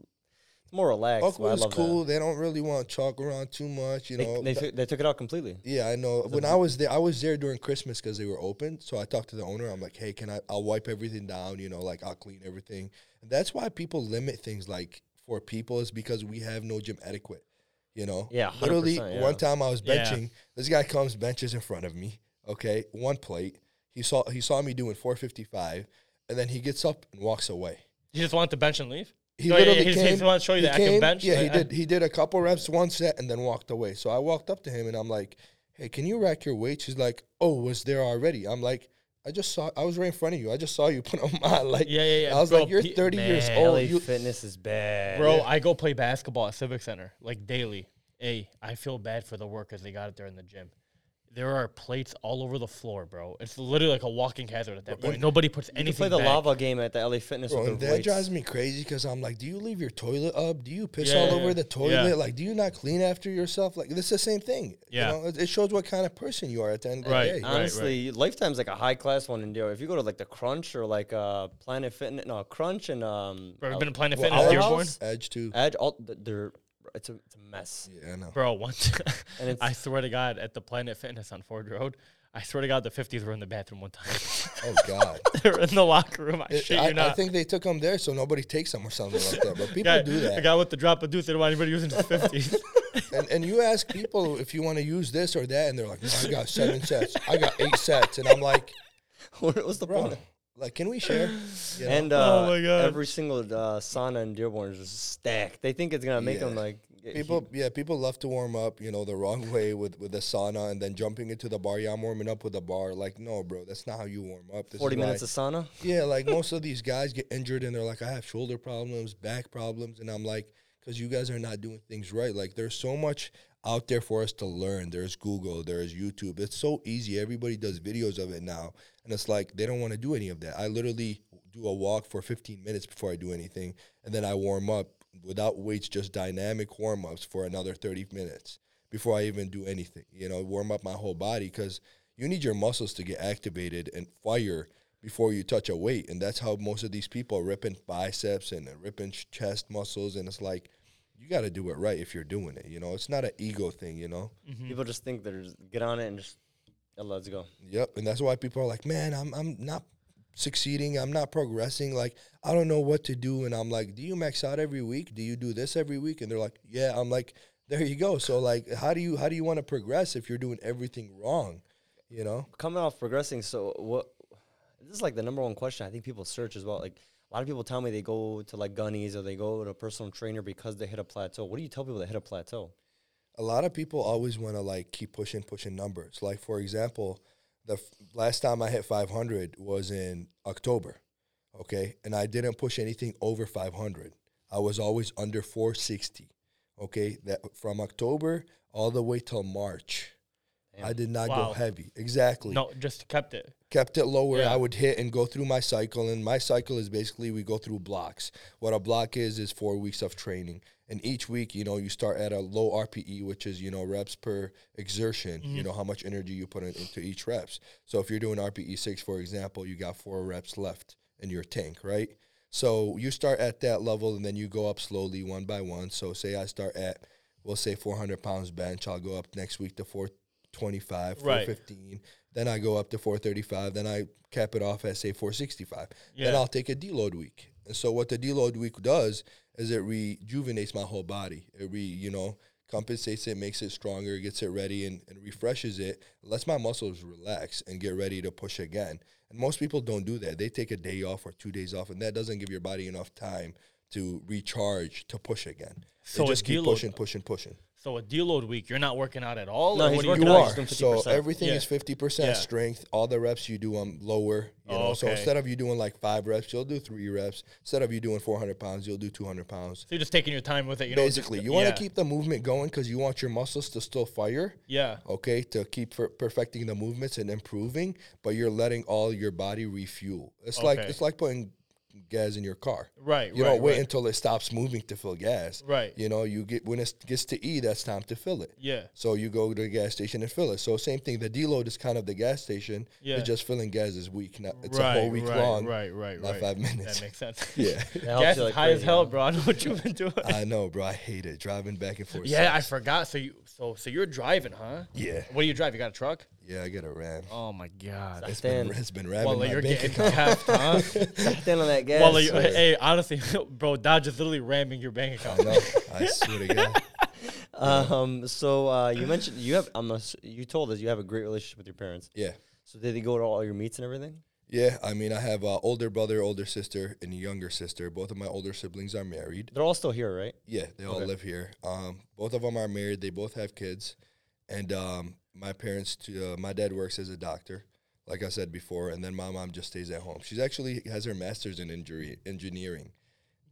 Speaker 1: it's more relaxed. but I
Speaker 3: Oakwood's
Speaker 1: love that.
Speaker 3: cool. They don't really want chalk around too much, you know.
Speaker 1: They, they,
Speaker 3: Th-
Speaker 1: took, they took it out completely.
Speaker 3: yeah, I know. When I was there, I was there during Christmas because they were open. So I talked to the owner. I'm like, hey, can I? I'll wipe everything down. You know, like I'll clean everything. And that's why people limit things like for people is because we have no gym etiquette. You know.
Speaker 1: Yeah,
Speaker 3: Literally,
Speaker 1: 100%, yeah.
Speaker 3: one time I was
Speaker 2: Yeah.
Speaker 3: benching. This guy comes, benches in front of me. Okay, one plate. He saw he saw me doing 455, and then he gets up and walks away.
Speaker 2: You just want the bench and leave.
Speaker 3: He
Speaker 2: No, yeah,
Speaker 3: literally
Speaker 2: yeah, he just-
Speaker 3: came.
Speaker 2: he just wanted to show you
Speaker 3: he
Speaker 2: that I can
Speaker 3: came,
Speaker 2: bench,
Speaker 3: Yeah,
Speaker 2: like,
Speaker 3: he
Speaker 2: I-
Speaker 3: did. He did a couple reps, one set, and then walked away. So I walked up to him and I'm like, "Hey, can you rack your weight?" She's like, "Oh, was there already?" I'm like, "I just saw. I was right in front of you. I just saw you put them on." Like,
Speaker 2: Yeah, yeah, yeah.
Speaker 3: I was
Speaker 2: Bro,
Speaker 3: like, "You're
Speaker 2: pe-
Speaker 3: 30 years
Speaker 2: man,
Speaker 3: old.
Speaker 1: LA
Speaker 3: Oh, You,
Speaker 1: Fitness is bad,
Speaker 2: Bro, I go play basketball at Civic Center like daily. Hey, I feel bad for the workers they got it there in the gym. There are plates all over the floor, bro. It's literally like a walking hazard at that point. Nobody puts
Speaker 1: You
Speaker 2: anything.
Speaker 1: play the
Speaker 2: back.
Speaker 1: lava game at the LA Fitness
Speaker 3: Bro,
Speaker 1: with
Speaker 3: and
Speaker 1: the
Speaker 3: that
Speaker 1: weights.
Speaker 3: drives me crazy because I'm like, do you leave your toilet up? Do you piss
Speaker 2: Yeah,
Speaker 3: all
Speaker 2: yeah,
Speaker 3: over
Speaker 2: yeah.
Speaker 3: the toilet?
Speaker 2: Yeah.
Speaker 3: Like, do you not clean after yourself? Like, this is the same thing.
Speaker 2: Yeah.
Speaker 3: You know, it, it shows what kind of person you are at the end of
Speaker 2: Right.
Speaker 3: the day.
Speaker 2: Uh,
Speaker 1: Honestly, Lifetime's like a high class one in Dearborn. If you go to like the Crunch or like uh, Planet Fitness, no Crunch and um,
Speaker 2: Bro, I've
Speaker 1: uh,
Speaker 2: been playing
Speaker 3: Well,
Speaker 2: fitness
Speaker 1: Edge-
Speaker 2: Dearborn.
Speaker 3: Edge too.
Speaker 2: uh,
Speaker 1: Edge, all th- they're it's a, it's a mess.
Speaker 3: Yeah, I know.
Speaker 2: Bro, once
Speaker 1: And it's-
Speaker 2: I swear to God, at the Planet Fitness on Ford Road, I swear to God, the 50s were in the bathroom one time.
Speaker 3: Oh God.
Speaker 2: they were in the locker room. I
Speaker 3: It-
Speaker 2: shit
Speaker 3: I,
Speaker 2: you not.
Speaker 3: I think they took them there so nobody takes them or something like that. But people
Speaker 2: Guy-
Speaker 3: do
Speaker 2: The
Speaker 3: that.
Speaker 2: guy with the drop of deuce, they don't want anybody using his 50s.
Speaker 3: And, and you ask people if you want to use this or that, and they're like, I got seven sets, I got eight sets. And I'm like,
Speaker 1: what was the
Speaker 3: bro, Oh
Speaker 1: point?
Speaker 3: like, can we share? You know?
Speaker 1: And uh,
Speaker 2: my God.
Speaker 1: every single uh, sauna in Dearborn is just stacked. They think it's gonna make
Speaker 3: Yeah.
Speaker 1: them like get
Speaker 3: people, yeah, people love to warm up, you know, the wrong way with, with the sauna and then jumping into the bar. Yeah, I'm warming up with the bar. Like, no, bro, that's not how you warm up. This
Speaker 1: forty
Speaker 3: is why-
Speaker 1: minutes of sauna.
Speaker 3: Yeah, like most of these guys get injured and they're like, I have shoulder problems, back problems. And I'm like, because you guys are not doing things right. Like, there's so much out there for us to learn. There's Google, there's YouTube. It's so easy. Everybody does videos of it now. And it's like, they don't want to do any of that. I literally do a walk for 15 minutes before I do anything. And then I warm up without weights, just dynamic warm ups for another 30 minutes before I even do anything. You know, warm up my whole body because you need your muscles to get activated and fire before you touch a weight. And that's how most of these people are ripping biceps and they're ripping ch- chest muscles. And it's like, you got to do it right if you're doing it. You know, it's not an ego thing, you know?
Speaker 2: Mm-hmm.
Speaker 1: People just think they're just get on it and just "Yeah, let's go.
Speaker 3: Yep. And that's why people are like, man, I'm, I'm not succeeding. I'm not progressing. Like, I don't know what to do. And I'm like, do you max out every week? Do you do this every week? And they're like, yeah. I'm like, there you go. So like, how do you, how do you want to progress if you're doing everything wrong? You know?
Speaker 1: Coming off progressing, so what? This is like the number one question I think people search as well. Like a lot of people tell me they go to like Gunnies or they go to a personal trainer because they hit a plateau. What do you tell people that hit a plateau?
Speaker 3: a lot of people always want to like keep pushing pushing numbers like for example the f- last time i hit 500 was in october okay and i didn't push anything over 500 i was always under 460 okay that from october all the way till march i did not
Speaker 2: Wow.
Speaker 3: go heavy exactly
Speaker 2: no, just kept it.
Speaker 3: kept it low where
Speaker 2: Yeah.
Speaker 3: I would hit and go through my cycle. And my cycle is basically we go through blocks. What a block is is four weeks of training. And each week, you know, you start at a low RPE, which is, you know, reps per exertion, you
Speaker 2: Mm-hmm.
Speaker 3: know, how much energy you put in, into each reps. So if you're doing RPE six, for example, you got four reps left in your tank, right? So you start at that level and then you go up slowly one by one. So say I start at, we'll say 400 pounds bench. I'll go up next week to 425,
Speaker 2: Right.
Speaker 3: 415. Then I go up to 435. Then I cap it off at say 465. Then
Speaker 2: Yeah.
Speaker 3: I'll take a deload week. And so what the deload week does is it rejuvenates my whole body. It re you know compensates it, makes it stronger, gets it ready, and, and refreshes it. Lets my muscles relax and get ready to push again. And most people don't do that. They take a day off or two days off, and that doesn't give your body enough time to recharge to push again.
Speaker 2: So
Speaker 3: So
Speaker 2: a
Speaker 3: just keep
Speaker 2: deload-
Speaker 3: pushing, pushing, pushing.
Speaker 2: So a deload week, you're not working out at all.
Speaker 1: No,
Speaker 2: or
Speaker 1: he's
Speaker 2: what are
Speaker 1: working
Speaker 2: you
Speaker 3: You
Speaker 1: out,
Speaker 2: doing?
Speaker 1: he's
Speaker 3: are.
Speaker 1: doing
Speaker 3: So
Speaker 1: 50%.
Speaker 3: everything
Speaker 2: Yeah.
Speaker 3: is 50%
Speaker 2: Yeah.
Speaker 3: strength. All the reps you do, I'm lower. You
Speaker 2: Oh,
Speaker 3: know? So
Speaker 2: okay.
Speaker 3: instead of you doing like five reps, you'll do three reps. Instead of you doing 400 pounds, you'll do 200 pounds.
Speaker 2: So you're just taking your time with it. You know, just-
Speaker 3: Basically, you want to
Speaker 2: yeah.
Speaker 3: keep the movement going because you want your muscles to still fire,
Speaker 2: Yeah.
Speaker 3: okay, to keep per- perfecting the movements and improving, but you're letting all your body refuel. It's like
Speaker 2: Okay.
Speaker 3: it's like putting gas in your car.
Speaker 2: Right.
Speaker 3: You
Speaker 2: right,
Speaker 3: don't wait
Speaker 2: right.
Speaker 3: until it stops moving to fill gas.
Speaker 2: Right.
Speaker 3: You know, you get when it gets to E, that's time to fill it.
Speaker 2: Yeah.
Speaker 3: So you go to the gas station and fill it. So same thing. The deload is kind of the gas station.
Speaker 2: Yeah.
Speaker 3: It's just filling gas is week. Not, it's
Speaker 2: right,
Speaker 3: a whole week
Speaker 2: right,
Speaker 3: long.
Speaker 2: Right. Right.
Speaker 3: not
Speaker 2: right.
Speaker 3: five minutes.
Speaker 2: That makes sense.
Speaker 3: Yeah.
Speaker 1: helps
Speaker 2: Gas
Speaker 1: you
Speaker 2: is
Speaker 1: like
Speaker 2: high as
Speaker 1: crazy,
Speaker 2: hell,
Speaker 1: huh?
Speaker 2: bro. I know what you've been doing.
Speaker 3: I know, bro. I hate it driving back and forth.
Speaker 2: yeah, I
Speaker 3: sucks.
Speaker 2: forgot. So you, so, so you're driving, huh?
Speaker 3: yeah,
Speaker 2: What do you drive? You got a truck?
Speaker 3: yeah. I get a ram.
Speaker 2: Oh my god.
Speaker 1: I
Speaker 3: It's been,
Speaker 1: stand,
Speaker 3: it's been ramming
Speaker 2: Well,
Speaker 3: my
Speaker 2: you're
Speaker 3: bank
Speaker 2: getting
Speaker 3: account.
Speaker 2: capped, huh?
Speaker 1: I stand on that gas.
Speaker 2: Well, you, hey, honestly, bro, Dodge is literally ramming your bank account.
Speaker 3: No, I swear to God.
Speaker 1: um, so uh, you mentioned you have. I'm ass- you told us you have a great relationship with your parents.
Speaker 3: Yeah,
Speaker 1: So did they go to all your meets and everything?
Speaker 3: yeah. I mean, I have uh, older brother, older sister, and a younger sister. Both of my older siblings are married.
Speaker 1: They're all still here, right?
Speaker 3: Yeah, they all live here. Um, both of them are married. They both have kids, and um, my parents. To, uh, my dad works as a doctor, like I said before, and then my mom just stays at home. She's actually has her master's in injury engineering,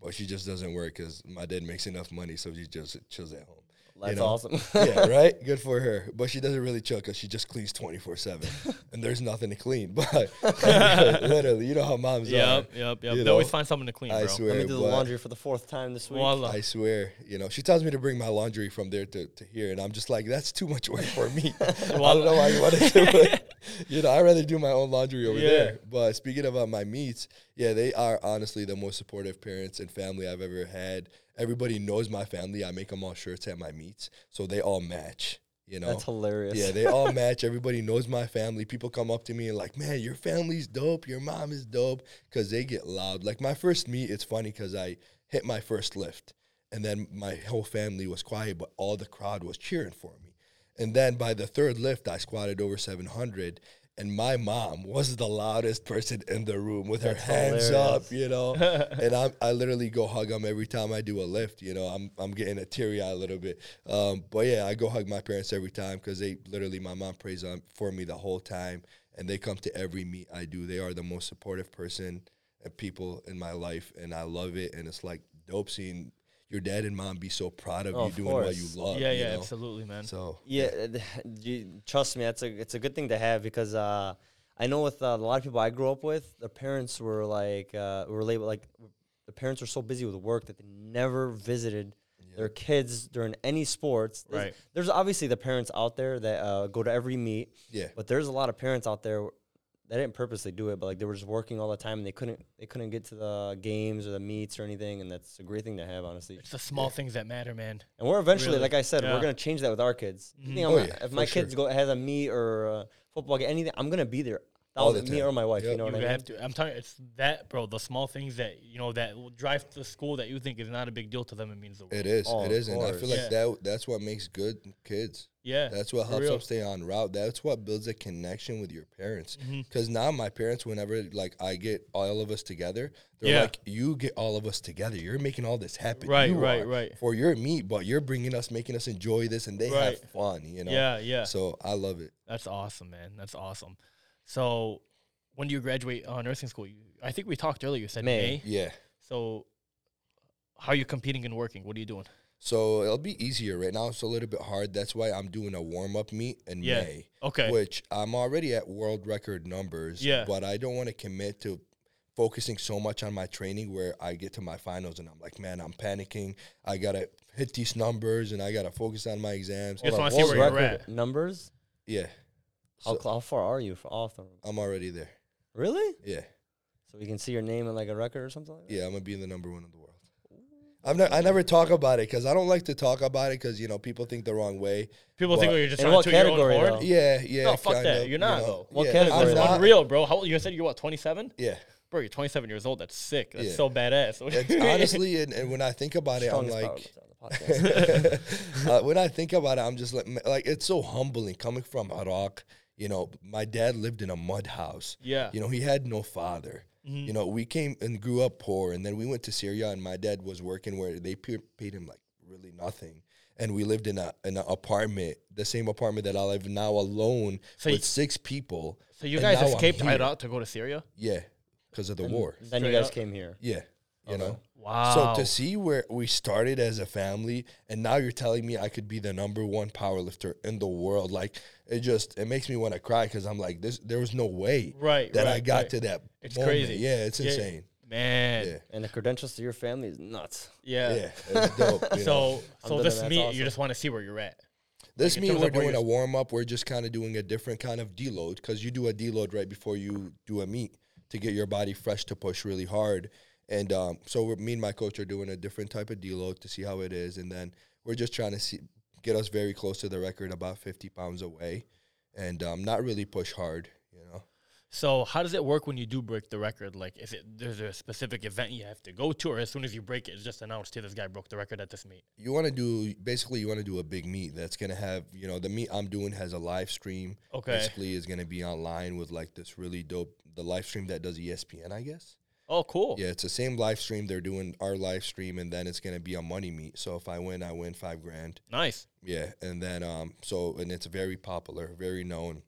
Speaker 3: but she just doesn't work because my dad makes enough money, so she just chills at home. you
Speaker 1: That's
Speaker 3: know?
Speaker 1: awesome.
Speaker 3: yeah, right. Good for her, but she doesn't really chill because she just cleans twenty four seven, and there's nothing to clean. But literally, you know how moms
Speaker 2: Yep,
Speaker 3: are.
Speaker 2: yep, yep.
Speaker 3: You
Speaker 2: They always
Speaker 3: know,
Speaker 2: find something to clean,
Speaker 3: I
Speaker 2: bro.
Speaker 3: swear.
Speaker 1: Let me do the
Speaker 3: but-
Speaker 1: laundry for the fourth time this week.
Speaker 2: Wallah.
Speaker 3: I swear, you know, she tells me to bring my laundry from there to, to here, and I'm just like, that's too much work for me. I don't know why you want to do it. You know, I'd rather do my own laundry over
Speaker 2: Yeah.
Speaker 3: there. But speaking about my meats, yeah, they are honestly the most supportive parents and family I've ever had. Everybody knows my family. I make them all shirts at my meats, so they all match. You know,
Speaker 1: That's hilarious.
Speaker 3: yeah, they all match. Everybody knows my family. People come up to me and like, man, your family's dope. Your mom is dope because they get loud. Like my first meet, it's funny because I hit my first lift, and then my whole family was quiet, but all the crowd was cheering for me. And then by the third lift, I squatted over 700, and my mom was the loudest person in the room with her hands up, you know. and I, I literally go hug them every time I do a lift, you know. I'm, I'm getting a teary eye a little bit. Um, but yeah, I go hug my parents every time because they literally, my mom prays on, for me the whole time, and they come to every meet I do. They are the most supportive person and people in my life, and I love it. And it's like dope seeing your dad and mom be so proud of
Speaker 1: Oh,
Speaker 3: you
Speaker 1: of
Speaker 3: doing what you
Speaker 1: course.
Speaker 3: love.
Speaker 2: yeah,
Speaker 3: you
Speaker 2: yeah,
Speaker 3: know?
Speaker 2: absolutely, man.
Speaker 3: So
Speaker 1: Yeah, th- you, trust me, that's a it's a good thing to have because uh, I know with uh, a lot of people I grew up with, the parents were like uh, were labeled like the parents were so busy with work that they never visited their kids during any sports. There's,
Speaker 2: Right.
Speaker 1: there's obviously the parents out there that uh, go to every meet,
Speaker 3: yeah.
Speaker 1: but there's a lot of parents out there that didn't purposely do it, but like they were just working all the time and they couldn't they couldn't get to the games or the meets or anything, and that's a great thing to have, honestly.
Speaker 2: It's the small things that matter, man.
Speaker 1: And we're eventually,
Speaker 2: Really?
Speaker 1: like I said,
Speaker 2: Yeah. Mm-hmm.
Speaker 1: we're gonna change that with our kids. You think I'm
Speaker 3: Oh,
Speaker 1: not-
Speaker 3: yeah,
Speaker 1: if
Speaker 3: for
Speaker 1: my kids go has a meet or a football game, anything, I'm gonna be there. That
Speaker 3: All
Speaker 1: was
Speaker 3: the
Speaker 1: me
Speaker 3: time.
Speaker 1: or my wife. You
Speaker 3: Yep.
Speaker 1: know
Speaker 2: You
Speaker 1: what I mean?
Speaker 2: have to. I'm telling you, it's that, bro. The small things that you know that will drive to school that you think is not a big deal to them. It means the world.
Speaker 3: It is.
Speaker 1: Oh,
Speaker 3: it
Speaker 1: of
Speaker 3: is. And I feel
Speaker 1: course.
Speaker 3: like
Speaker 2: Yeah.
Speaker 3: that that's what makes good kids.
Speaker 2: Yeah,
Speaker 3: That's what
Speaker 2: for
Speaker 3: helps
Speaker 2: real.
Speaker 3: them stay on route. That's what builds a connection with your parents.
Speaker 2: Mm-hmm.
Speaker 3: Because now my parents, whenever like I get all of us together, they're
Speaker 2: Yeah.
Speaker 3: like, "You get all of us together. You're making all this happen.
Speaker 2: Right,
Speaker 3: You
Speaker 2: right,
Speaker 3: are
Speaker 2: right.
Speaker 3: For your meat, but you're bringing us, making us enjoy this, and they
Speaker 2: Right.
Speaker 3: have fun. You know.
Speaker 2: Yeah, yeah.
Speaker 3: So I love it.
Speaker 2: That's awesome, man. That's awesome. So, when do you graduate uh, nursing school? You, I think we talked earlier. You said
Speaker 1: May.
Speaker 2: May.
Speaker 3: Yeah.
Speaker 2: So, how are you competing and working? What are you doing?
Speaker 3: So it'll be easier right now. It's a little bit hard. That's why I'm doing a warm up meet in
Speaker 2: Yeah.
Speaker 3: May,
Speaker 2: Okay.
Speaker 3: which I'm already at world record numbers.
Speaker 2: Yeah.
Speaker 3: But I don't want to commit to focusing so much on my training where I get to my finals and I'm like, man, I'm panicking. I gotta hit these numbers and I gotta focus on my exams.
Speaker 2: Just
Speaker 1: Hold
Speaker 2: wanna
Speaker 1: on,
Speaker 2: see
Speaker 1: world
Speaker 2: where you're
Speaker 1: record
Speaker 2: at.
Speaker 1: Numbers?
Speaker 3: Yeah,
Speaker 1: How,
Speaker 3: So-
Speaker 1: cl- how far are you for all of them?
Speaker 3: I'm already there.
Speaker 1: Really?
Speaker 3: Yeah,
Speaker 1: So we can see your name in like a record or something like that?
Speaker 3: yeah, I'm gonna be the number one in the world. I'm not, I never talk about it because I don't like to talk about it because you know people think the wrong way.
Speaker 2: People think
Speaker 3: What?
Speaker 2: oh, you're just
Speaker 1: In
Speaker 2: trying
Speaker 1: what
Speaker 2: to toot your own
Speaker 1: category,
Speaker 2: horn.
Speaker 1: though?
Speaker 3: Yeah, yeah.
Speaker 2: No, fuck
Speaker 3: kinda,
Speaker 2: that. You're
Speaker 3: you
Speaker 2: not,
Speaker 3: know.
Speaker 2: though.
Speaker 1: What
Speaker 3: yeah,
Speaker 1: category?
Speaker 3: I'm
Speaker 2: That's
Speaker 1: Nah.
Speaker 3: not.
Speaker 2: unreal, bro. How old, you said you're what 27?
Speaker 3: Yeah.
Speaker 2: Bro, you're 27 years old. That's sick. That's
Speaker 3: Yeah.
Speaker 2: so badass.
Speaker 3: It's honestly, and, and when I think about it, I'm
Speaker 1: Strongest power
Speaker 3: like,
Speaker 1: lift on the podcast.
Speaker 3: uh, when I think about it, I'm just like, like it's so humbling coming from Iraq. You know, my dad lived in a mud house.
Speaker 2: yeah. Mm-hmm.
Speaker 3: You know, he had no father. You know, we came and grew up poor, and then we went to Syria, and my dad was working where they pe- paid him like really nothing. And we lived in a in an apartment, the same apartment that I live now, alone
Speaker 2: So
Speaker 3: with
Speaker 2: you-
Speaker 3: six people.
Speaker 2: So you
Speaker 3: and
Speaker 2: guys
Speaker 3: now I'm
Speaker 2: escaped
Speaker 3: here.
Speaker 2: Iraq to go to Syria?
Speaker 3: Yeah, because of the war.
Speaker 1: then you
Speaker 2: Straight
Speaker 1: guys
Speaker 2: up.
Speaker 1: came here.
Speaker 3: Yeah, you know.
Speaker 2: Wow.
Speaker 3: So to see where we started as a family, and now you're telling me I could be the number one powerlifter in the world, like it just it makes me want to cry because I'm like, this there was no way
Speaker 2: Right,
Speaker 3: that I
Speaker 2: right,
Speaker 3: got
Speaker 2: right.
Speaker 3: to that.
Speaker 2: It's
Speaker 3: moment.
Speaker 2: crazy.
Speaker 3: Yeah, it's
Speaker 2: Yeah.
Speaker 3: insane.
Speaker 2: man.
Speaker 3: Yeah.
Speaker 1: And the credentials to your family is nuts.
Speaker 2: Yeah.
Speaker 3: Yeah, it's dope. you know.
Speaker 2: So so
Speaker 1: done,
Speaker 2: this
Speaker 1: that's
Speaker 2: meet, you
Speaker 1: awesome.
Speaker 2: just want to see where you're at.
Speaker 3: this
Speaker 2: in
Speaker 3: means
Speaker 2: terms
Speaker 3: we're
Speaker 2: of where
Speaker 3: doing a
Speaker 2: you're-
Speaker 3: warm up. We're just kind of doing a different kind of deload because you do a deload right before you do a meet to get your body fresh to push really hard. And um, so we're, me and my coach are doing a different type of deload to see how it is, and then we're just trying to see get us very close to the record, about fifty pounds away, and um, not really push hard, you know.
Speaker 2: So how does it work when you do break the record? Like, is it there's a specific event you have to go to, or as soon as you break it, it's just announced, "Hey, this guy broke the record at this meet."
Speaker 3: you want to do basically you want to do a big meet that's going to have you know the meet i'm doing has a live stream
Speaker 2: Okay.
Speaker 3: basically is going to be online with like this really dope the live stream that does E espn i guess
Speaker 2: Oh, cool.
Speaker 3: yeah it's the same live stream they're doing our live stream and then it's going to be a money meet so if i win i win five grand
Speaker 2: Nice.
Speaker 3: yeah and then um so and it's very popular very known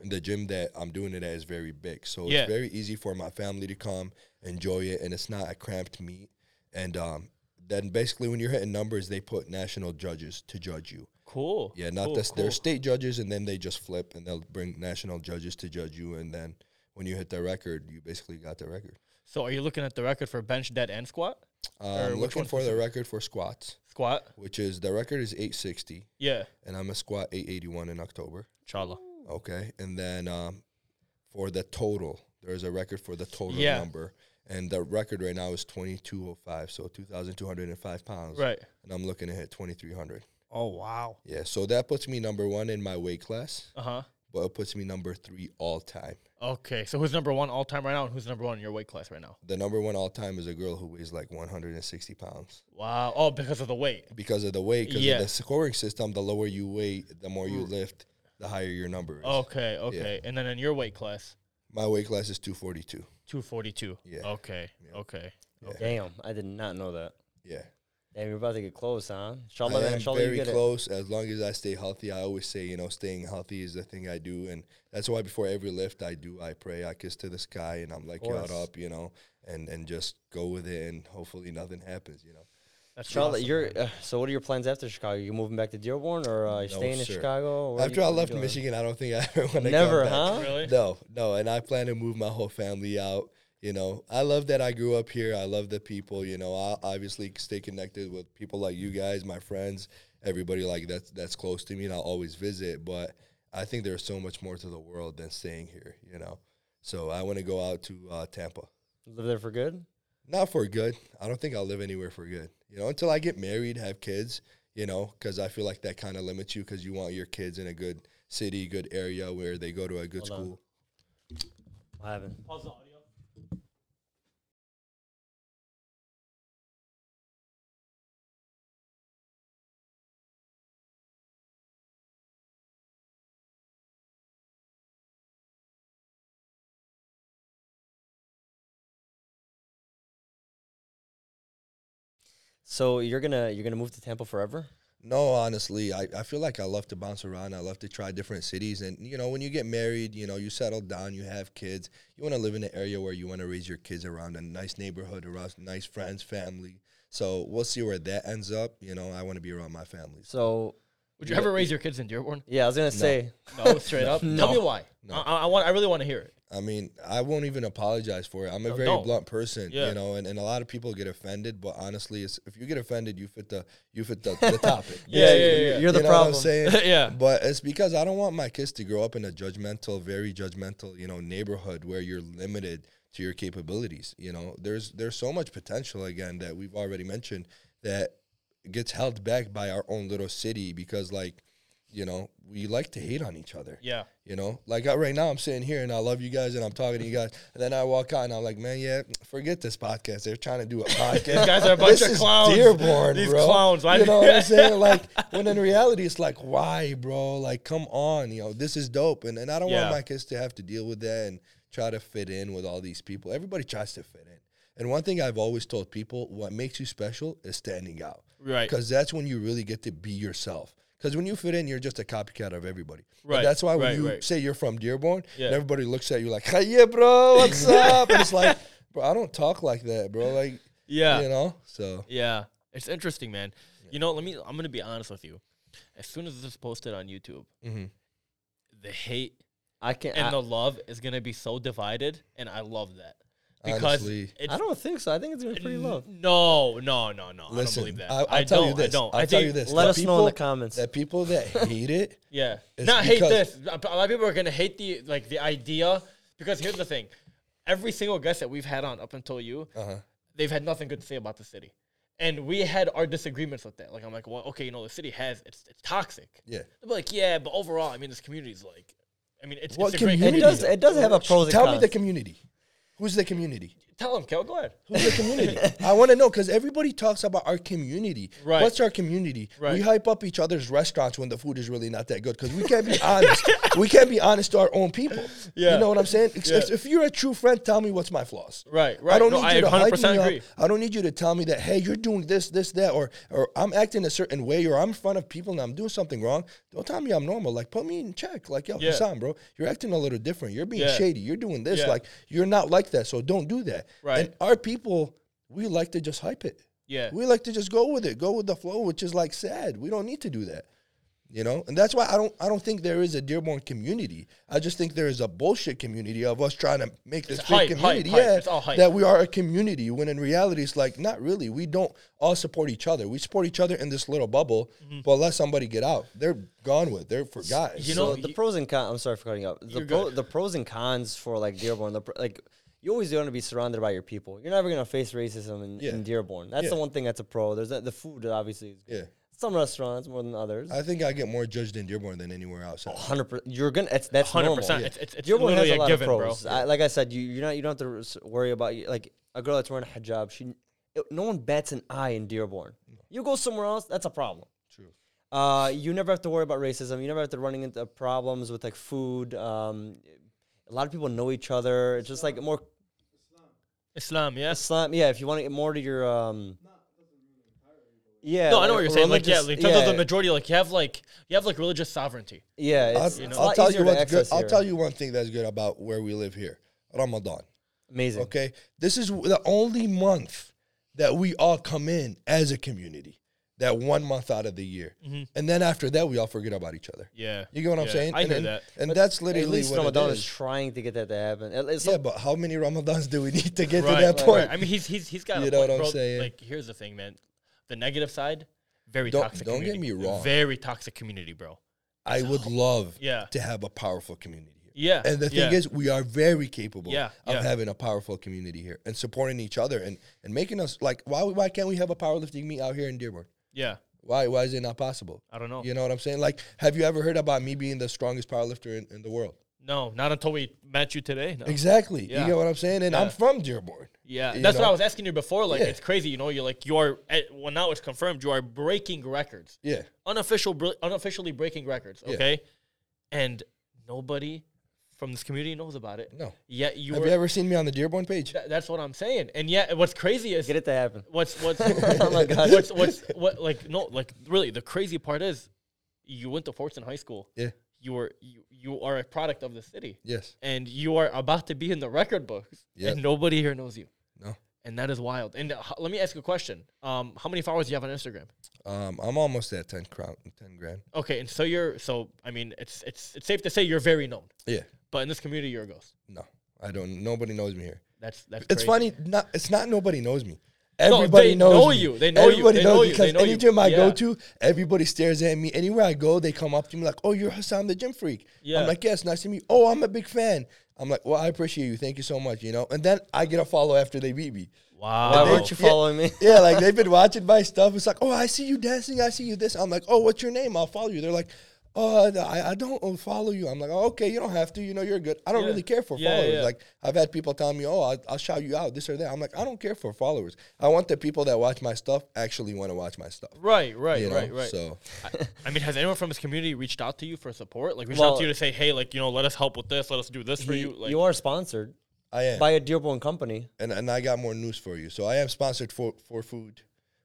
Speaker 3: and the gym that i'm doing it at is very big so
Speaker 2: Yeah.
Speaker 3: it's very easy for my family to come enjoy it and it's not a cramped meet and um then basically when you're hitting numbers they put national judges to judge you
Speaker 2: Cool.
Speaker 3: yeah, not
Speaker 2: cool,
Speaker 3: this.
Speaker 2: cool.
Speaker 3: They're state judges, and then they just flip, and they'll bring national judges to judge you. And then when you hit the record, you basically got the record.
Speaker 2: So are you looking at the record for bench, dead, and squat? Or
Speaker 3: I'm
Speaker 2: which
Speaker 3: Um, looking
Speaker 2: one
Speaker 3: for the record for squats,
Speaker 2: Squat.
Speaker 3: which is the record is 860,
Speaker 2: Yeah.
Speaker 3: and I'm a squat 881 in October.
Speaker 2: Chala.
Speaker 3: Okay, and then um, for the total, there's a record for the total
Speaker 2: Yeah.
Speaker 3: number, and the record right now is 2205, so 2,205 pounds.
Speaker 2: Right.
Speaker 3: and I'm looking to hit 2,300.
Speaker 2: Oh wow.
Speaker 3: Yeah, so that puts me number one in my weight class,
Speaker 2: Uh huh.
Speaker 3: but it puts me number three all time.
Speaker 2: Okay, so who's number one all time right now, and who's number one in your weight class right now?
Speaker 3: the number one all time is a girl who weighs like 160 pounds
Speaker 2: Wow. Oh, because of the weight.
Speaker 3: because of the weight. Because
Speaker 2: Yeah.
Speaker 3: of the scoring system, the lower you weigh, the more you lift, the higher your number is.
Speaker 1: Oh.
Speaker 2: Okay, okay. And then in your weight class,
Speaker 3: My weight class is 242.
Speaker 2: 242.
Speaker 3: Yeah.
Speaker 2: Okay, okay.
Speaker 1: Damn, I did not know that.
Speaker 3: Yeah,
Speaker 1: Damn, you're about to get close, huh?
Speaker 3: I
Speaker 1: Inshallah, then,
Speaker 3: am
Speaker 1: inshallah you
Speaker 3: very
Speaker 1: get it.
Speaker 3: close. As long as I stay healthy, I always say you know staying healthy is the thing I do, and that's why before every lift I do, I pray, I kiss to the sky, and I'm like
Speaker 1: course.
Speaker 3: out up, you know, and and just go with it, and hopefully nothing happens, you know.
Speaker 2: That's
Speaker 1: Inshallah,
Speaker 2: awesome.
Speaker 1: you're. Uh, so, what are your plans after Chicago? You moving back to Dearborn, or uh, you
Speaker 3: No,
Speaker 1: staying in
Speaker 3: sir.
Speaker 1: Chicago? What are
Speaker 3: After
Speaker 1: you-
Speaker 3: I
Speaker 1: what are you
Speaker 3: left
Speaker 1: doing?
Speaker 3: Michigan, I don't think I ever want to
Speaker 1: Never,
Speaker 3: come back.
Speaker 1: huh?
Speaker 2: really
Speaker 3: No, no, and I plan to move my whole family out. You know, I love that I grew up here. I love the people. You know, I obviously stay connected with people like you guys, my friends, everybody like that's that's close to me, and I'll always visit. But I think there's so much more to the world than staying here. You know, so I want to go out to uh, Tampa,
Speaker 1: Live there for good.
Speaker 3: not for good. I don't think I'll live anywhere for good. You know, until I get married, have kids. You know, because I feel like that kind of limits you because you want your kids in a good city, good area where they go to a good
Speaker 1: Hold on.
Speaker 3: school.
Speaker 1: I haven't.
Speaker 2: Pause the audio.
Speaker 1: So you're gonna you're gonna move to Tampa forever?
Speaker 3: No, honestly, I, I feel like I love to bounce around. I love to try different cities. And, you know, when you get married, you know, you settle down, you have kids. You want to live in an area where you want to raise your kids around a nice neighborhood, around nice friends, family. So we'll see where that ends up. You know, I want to be around my family.
Speaker 1: So
Speaker 2: Would you ever raise your kids in Dearborn?
Speaker 1: yeah, I was gonna say
Speaker 2: No, straight up. Tell me why. I, I- I want. I really want to hear it.
Speaker 3: I mean, I won't even apologize for it. I'm a very
Speaker 2: don't.
Speaker 3: blunt person,
Speaker 2: Yeah.
Speaker 3: you know, and, and a lot of people get offended. But honestly, it's, if you get offended, you fit the you fit the, the topic.
Speaker 2: Yeah, yeah,
Speaker 1: you're-
Speaker 2: yeah, yeah.
Speaker 1: you're the
Speaker 3: you know
Speaker 1: problem.
Speaker 3: What I'm saying?
Speaker 2: Yeah.
Speaker 3: But it's because I don't want my kids to grow up in a judgmental, very judgmental, you know, neighborhood where you're limited to your capabilities. You know, there's there's so much potential again that we've already mentioned that gets held back by our own little city because like, you know, we like to hate on each other.
Speaker 2: Yeah.
Speaker 3: You know, like I, right now, I'm sitting here and I love you guys and I'm talking to you guys, and then I walk out and I'm like, man, yeah, forget this podcast. They're trying to do a podcast.
Speaker 2: These guys are a bunch
Speaker 3: This
Speaker 2: of
Speaker 3: is
Speaker 2: clowns.
Speaker 3: Dearborn,
Speaker 2: These
Speaker 3: bro.
Speaker 2: clowns. Why-
Speaker 3: You know what I'm saying? Like when in reality, it's like, why, bro? Like, come on, you know, this is dope, and and I don't
Speaker 2: Yeah.
Speaker 3: want my kids to have to deal with that and try to fit in with all these people. Everybody tries to fit in. And one thing I've always told people, what makes you special is standing out.
Speaker 2: Right.
Speaker 3: Because that's when you really get to be yourself. Because when you fit in, you're just a copycat of everybody. And
Speaker 2: Right,
Speaker 3: that's why when
Speaker 2: right,
Speaker 3: you
Speaker 2: right.
Speaker 3: say you're from Dearborn,
Speaker 2: Yeah.
Speaker 3: and everybody looks at you like, hey, yeah, bro, what's up? And it's like, bro, I don't talk like that, bro. Like,
Speaker 2: Yeah.
Speaker 3: you know? So,
Speaker 2: Yeah. It's interesting, man. You know, let me I'm gonna be honest with you. As soon as this is posted on YouTube,
Speaker 3: Mhm.
Speaker 2: the hate
Speaker 1: I can't.
Speaker 2: and
Speaker 1: I,
Speaker 2: the love is gonna be so divided, and I love that. Because
Speaker 3: Honestly.
Speaker 2: it's
Speaker 1: I don't think so. I think it's gonna be pretty low.
Speaker 2: No, no, no, no.
Speaker 3: listen,
Speaker 2: I don't believe that.
Speaker 3: I, will tell
Speaker 2: don't,
Speaker 3: you this.
Speaker 2: I don't.
Speaker 3: will
Speaker 2: I
Speaker 3: tell
Speaker 2: think-
Speaker 3: you this.
Speaker 1: Let
Speaker 3: the
Speaker 1: us know in the
Speaker 3: people-
Speaker 1: comments.
Speaker 3: That people that hate it,
Speaker 2: Yeah.
Speaker 3: It's
Speaker 2: Not hate this.
Speaker 3: because-
Speaker 2: A lot of people are gonna hate the like the idea because here's the thing. Every single guest that we've had on up until you,
Speaker 3: uh-huh.
Speaker 2: they've had nothing good to say about the city. And we had our disagreements with that. Like I'm like, well, okay, you know, the city has it's it's toxic.
Speaker 3: yeah.
Speaker 2: They'll be like, yeah, but overall, I mean, this community's like, I mean, it's,
Speaker 3: What
Speaker 2: it's a great
Speaker 1: it
Speaker 3: community?
Speaker 2: community.
Speaker 1: does. It does have a pros and
Speaker 3: Tell me
Speaker 1: cons.
Speaker 3: the community. Who's the community?
Speaker 2: Tell them, Kel, go ahead.
Speaker 3: Who's the community? I want to know because everybody talks about our community.
Speaker 2: Right.
Speaker 3: What's our community?
Speaker 2: Right.
Speaker 3: We hype up each other's restaurants when the food is really not that good because we can't be honest. we can't be honest to our own people.
Speaker 2: Yeah.
Speaker 3: You know what I'm saying? Ex-
Speaker 2: Yeah.
Speaker 3: If, if you're a true friend, tell me what's my flaws.
Speaker 2: Right,
Speaker 3: I
Speaker 2: right.
Speaker 3: don't
Speaker 2: No,
Speaker 3: need
Speaker 2: I
Speaker 3: you to hype
Speaker 2: 100%
Speaker 3: me up.
Speaker 2: agree.
Speaker 3: I don't need you to tell me that hey, you're doing this, this, that, or or I'm acting a certain way, or I'm in front of people and I'm doing something wrong. Don't tell me I'm normal. Like put me in check. Like yo,
Speaker 2: Yeah.
Speaker 3: Hassan, bro, you're acting a little different. You're being
Speaker 2: Yeah.
Speaker 3: shady. You're doing this.
Speaker 2: Yeah.
Speaker 3: Like you're not like that. So don't do that.
Speaker 2: Right.
Speaker 3: And our people, we like to just hype it.
Speaker 2: Yeah.
Speaker 3: We like to just go with it, go with the flow, which is like sad. We don't need to do that. You know, and that's why I don't I don't think there is a Dearborn community. I just think there is a bullshit community of us trying to make this
Speaker 2: It's hype,
Speaker 3: fake
Speaker 2: hype,
Speaker 3: community.
Speaker 2: hype.
Speaker 3: Yeah,
Speaker 2: It's all hype.
Speaker 3: that we are a community when in reality it's like not really. We don't all support each other. We support each other in this little bubble, but let somebody get out. They're gone with. They're forgotten.
Speaker 2: Mm-hmm. You
Speaker 1: So
Speaker 2: know,
Speaker 1: the
Speaker 2: you-
Speaker 1: pros and cons. I'm sorry for cutting you up. The
Speaker 2: You're
Speaker 1: pro,
Speaker 2: good.
Speaker 1: the pros and cons for like Dearborn. The pr- like you always want to be surrounded by your people. You're never gonna face racism in,
Speaker 3: Yeah.
Speaker 1: in Dearborn. That's
Speaker 3: Yeah.
Speaker 1: the one thing that's a pro. There's that, the food obviously. Is good.
Speaker 3: Yeah.
Speaker 1: Some restaurants more than others.
Speaker 3: I think I get more judged in Dearborn than anywhere else.
Speaker 2: Oh,
Speaker 1: Hundred percent. You're gonna. It's, that's normal.
Speaker 2: 100%. It's- it's- it's
Speaker 1: Dearborn has
Speaker 2: literally
Speaker 1: a
Speaker 2: a
Speaker 1: lot
Speaker 2: given,
Speaker 1: of
Speaker 2: bro.
Speaker 1: pros. I, like I said, you you're not you don't have to s- worry about you- like a girl that's wearing a hijab. She, it- no one bats an eye in Dearborn. You go somewhere else, that's a problem.
Speaker 3: True.
Speaker 1: Uh, you never have to worry about racism. You never have to running into problems with like food. Um, a lot of people know each other. It's just like more
Speaker 2: Islam, yes.
Speaker 1: Islam. Yeah, if you want to get more to your um. Yeah.
Speaker 2: No, I know what you're saying. Like, yeah,
Speaker 1: religious-
Speaker 2: like, in terms of the majority, like, you have, like, you have, like, religious sovereignty.
Speaker 1: Yeah,
Speaker 3: I'll,
Speaker 1: it's, it's a
Speaker 3: I'll
Speaker 1: lot
Speaker 3: tell
Speaker 1: easier
Speaker 3: you
Speaker 1: to
Speaker 3: what's good.
Speaker 1: access
Speaker 3: I'll
Speaker 1: here.
Speaker 3: tell you one thing that's good about where we live here. Ramadan.
Speaker 1: Amazing.
Speaker 3: Okay. This is the only month that we all come in as a community. That one month out of the year. And then after that we all forget about each other.
Speaker 2: Mm-hmm. Yeah.
Speaker 3: You get what I'm
Speaker 2: Yeah,
Speaker 3: saying?
Speaker 2: I
Speaker 3: and,
Speaker 2: hear
Speaker 3: and-
Speaker 2: that.
Speaker 3: And that's literally
Speaker 1: At least
Speaker 3: what
Speaker 1: Ramadan
Speaker 3: it
Speaker 1: is
Speaker 3: is.
Speaker 1: trying to get that to happen. At least
Speaker 3: Yeah, but how many Ramadans do we need to get
Speaker 2: Right,
Speaker 3: to that
Speaker 2: right,
Speaker 3: point?
Speaker 2: right. I mean, he's, he's, he's got
Speaker 3: You
Speaker 2: a
Speaker 3: know
Speaker 2: point,
Speaker 3: what I'm
Speaker 2: bro.
Speaker 3: saying?
Speaker 2: Like, here's the thing, man. The negative side, very
Speaker 3: Don't-
Speaker 2: toxic
Speaker 3: don't get
Speaker 2: community.
Speaker 3: me wrong.
Speaker 2: Very toxic community, bro.
Speaker 3: I would love
Speaker 2: Yeah.
Speaker 3: to have a powerful community here.
Speaker 2: Yeah.
Speaker 3: And the thing
Speaker 2: yeah.
Speaker 3: is, we are very capable
Speaker 2: Yeah,
Speaker 3: of
Speaker 2: yeah.
Speaker 3: having a powerful community here and supporting each other and, and making us like why why can't we have a powerlifting meet out here in Dearborn?
Speaker 2: yeah.
Speaker 3: Why why is it not possible?
Speaker 2: I don't know.
Speaker 3: You know what I'm saying? Like, have you ever heard about me being the strongest powerlifter in, in the world?
Speaker 2: No, not until we met you today. No.
Speaker 3: Exactly.
Speaker 2: Yeah.
Speaker 3: You get what I'm saying? And I'm
Speaker 2: Yeah.
Speaker 3: from Dearborn.
Speaker 2: Yeah,
Speaker 3: You
Speaker 2: that's what
Speaker 3: know?
Speaker 2: I was asking you before. Like,
Speaker 3: Yeah.
Speaker 2: it's crazy, you know. You're like, you are. At, well, now it's confirmed. You are breaking records,
Speaker 3: Yeah.
Speaker 2: unofficial, br- unofficially breaking records.
Speaker 3: Yeah.
Speaker 2: Okay, and nobody from this community knows about it.
Speaker 3: No.
Speaker 2: Yet you
Speaker 3: Have
Speaker 2: were.
Speaker 3: you ever seen me on the Dearborn page?
Speaker 2: tha- that's what I'm saying. And yet, what's crazy is
Speaker 1: get it to happen.
Speaker 2: what's what's
Speaker 3: Oh
Speaker 1: my God.
Speaker 2: what's what's what like no like really the crazy part is you went to Fortson High School.
Speaker 3: Yeah.
Speaker 2: You were you, you are a product of the city,
Speaker 3: Yes.
Speaker 2: and you are about to be in the record books,
Speaker 3: Yep.
Speaker 2: and nobody here knows you.
Speaker 3: No.
Speaker 2: and that is wild. And uh, h- let me ask you a question. Um, how many followers do you have on Instagram?
Speaker 3: Um, I'm almost at 10, crown, 10 grand.
Speaker 2: Okay, and so you're so I mean it's it's it's safe to say you're very known,
Speaker 3: Yeah.
Speaker 2: but in this community you're a ghost.
Speaker 3: No, I don't. Nobody knows me here.
Speaker 2: That's that's
Speaker 3: It's
Speaker 2: crazy.
Speaker 3: funny. Not it's not nobody knows me.
Speaker 2: No,
Speaker 3: Everybody
Speaker 2: they
Speaker 3: knows
Speaker 2: know
Speaker 3: me.
Speaker 2: you. They know you.
Speaker 3: everybody
Speaker 2: They
Speaker 3: knows
Speaker 2: know
Speaker 3: me
Speaker 2: you.
Speaker 3: 'cause
Speaker 2: They know
Speaker 3: any
Speaker 2: you.
Speaker 3: gym I go
Speaker 2: Yeah.
Speaker 3: to, everybody stares at me. Anywhere I go, they come up to me like, "Oh, you're Hassan, the gym freak."
Speaker 2: Yeah.
Speaker 3: I'm like, "Yes, nice to meet you." Oh, I'm a big fan. I'm like, "Well, I appreciate you. Thank you so much." You know, and then I get a follow after they beat me.
Speaker 1: Why
Speaker 2: Wow.
Speaker 3: they-
Speaker 1: weren't you
Speaker 3: yeah.
Speaker 1: following me?
Speaker 3: Yeah, like they've been watching my stuff. It's like, "Oh, I see you dancing. I see you this." I'm like, "Oh, what's your name? I'll follow you." They're like. Oh, I, I don't follow you. I'm like, oh, okay, you don't have to. You know, you're good. I don't
Speaker 2: Yeah.
Speaker 3: really care for
Speaker 2: Yeah, yeah,
Speaker 3: followers.
Speaker 2: yeah.
Speaker 3: Like, I've had people tell me, "Oh, I'll, I'll shout you out, this or that." I'm like, I don't care for followers. I want the people that watch my stuff actually want to watch my stuff.
Speaker 2: Right, right,
Speaker 3: you know?
Speaker 2: right, right.
Speaker 3: So
Speaker 2: I mean, has anyone from this community reached out to you for support? Like, reached out
Speaker 1: Well-
Speaker 2: to you to say, "Hey, like, you know, let us help with this. Let us do this for you." Like,
Speaker 1: you are sponsored
Speaker 3: I am,
Speaker 1: by a Dearborn company.
Speaker 3: and and I got more news for you. So I am sponsored for for food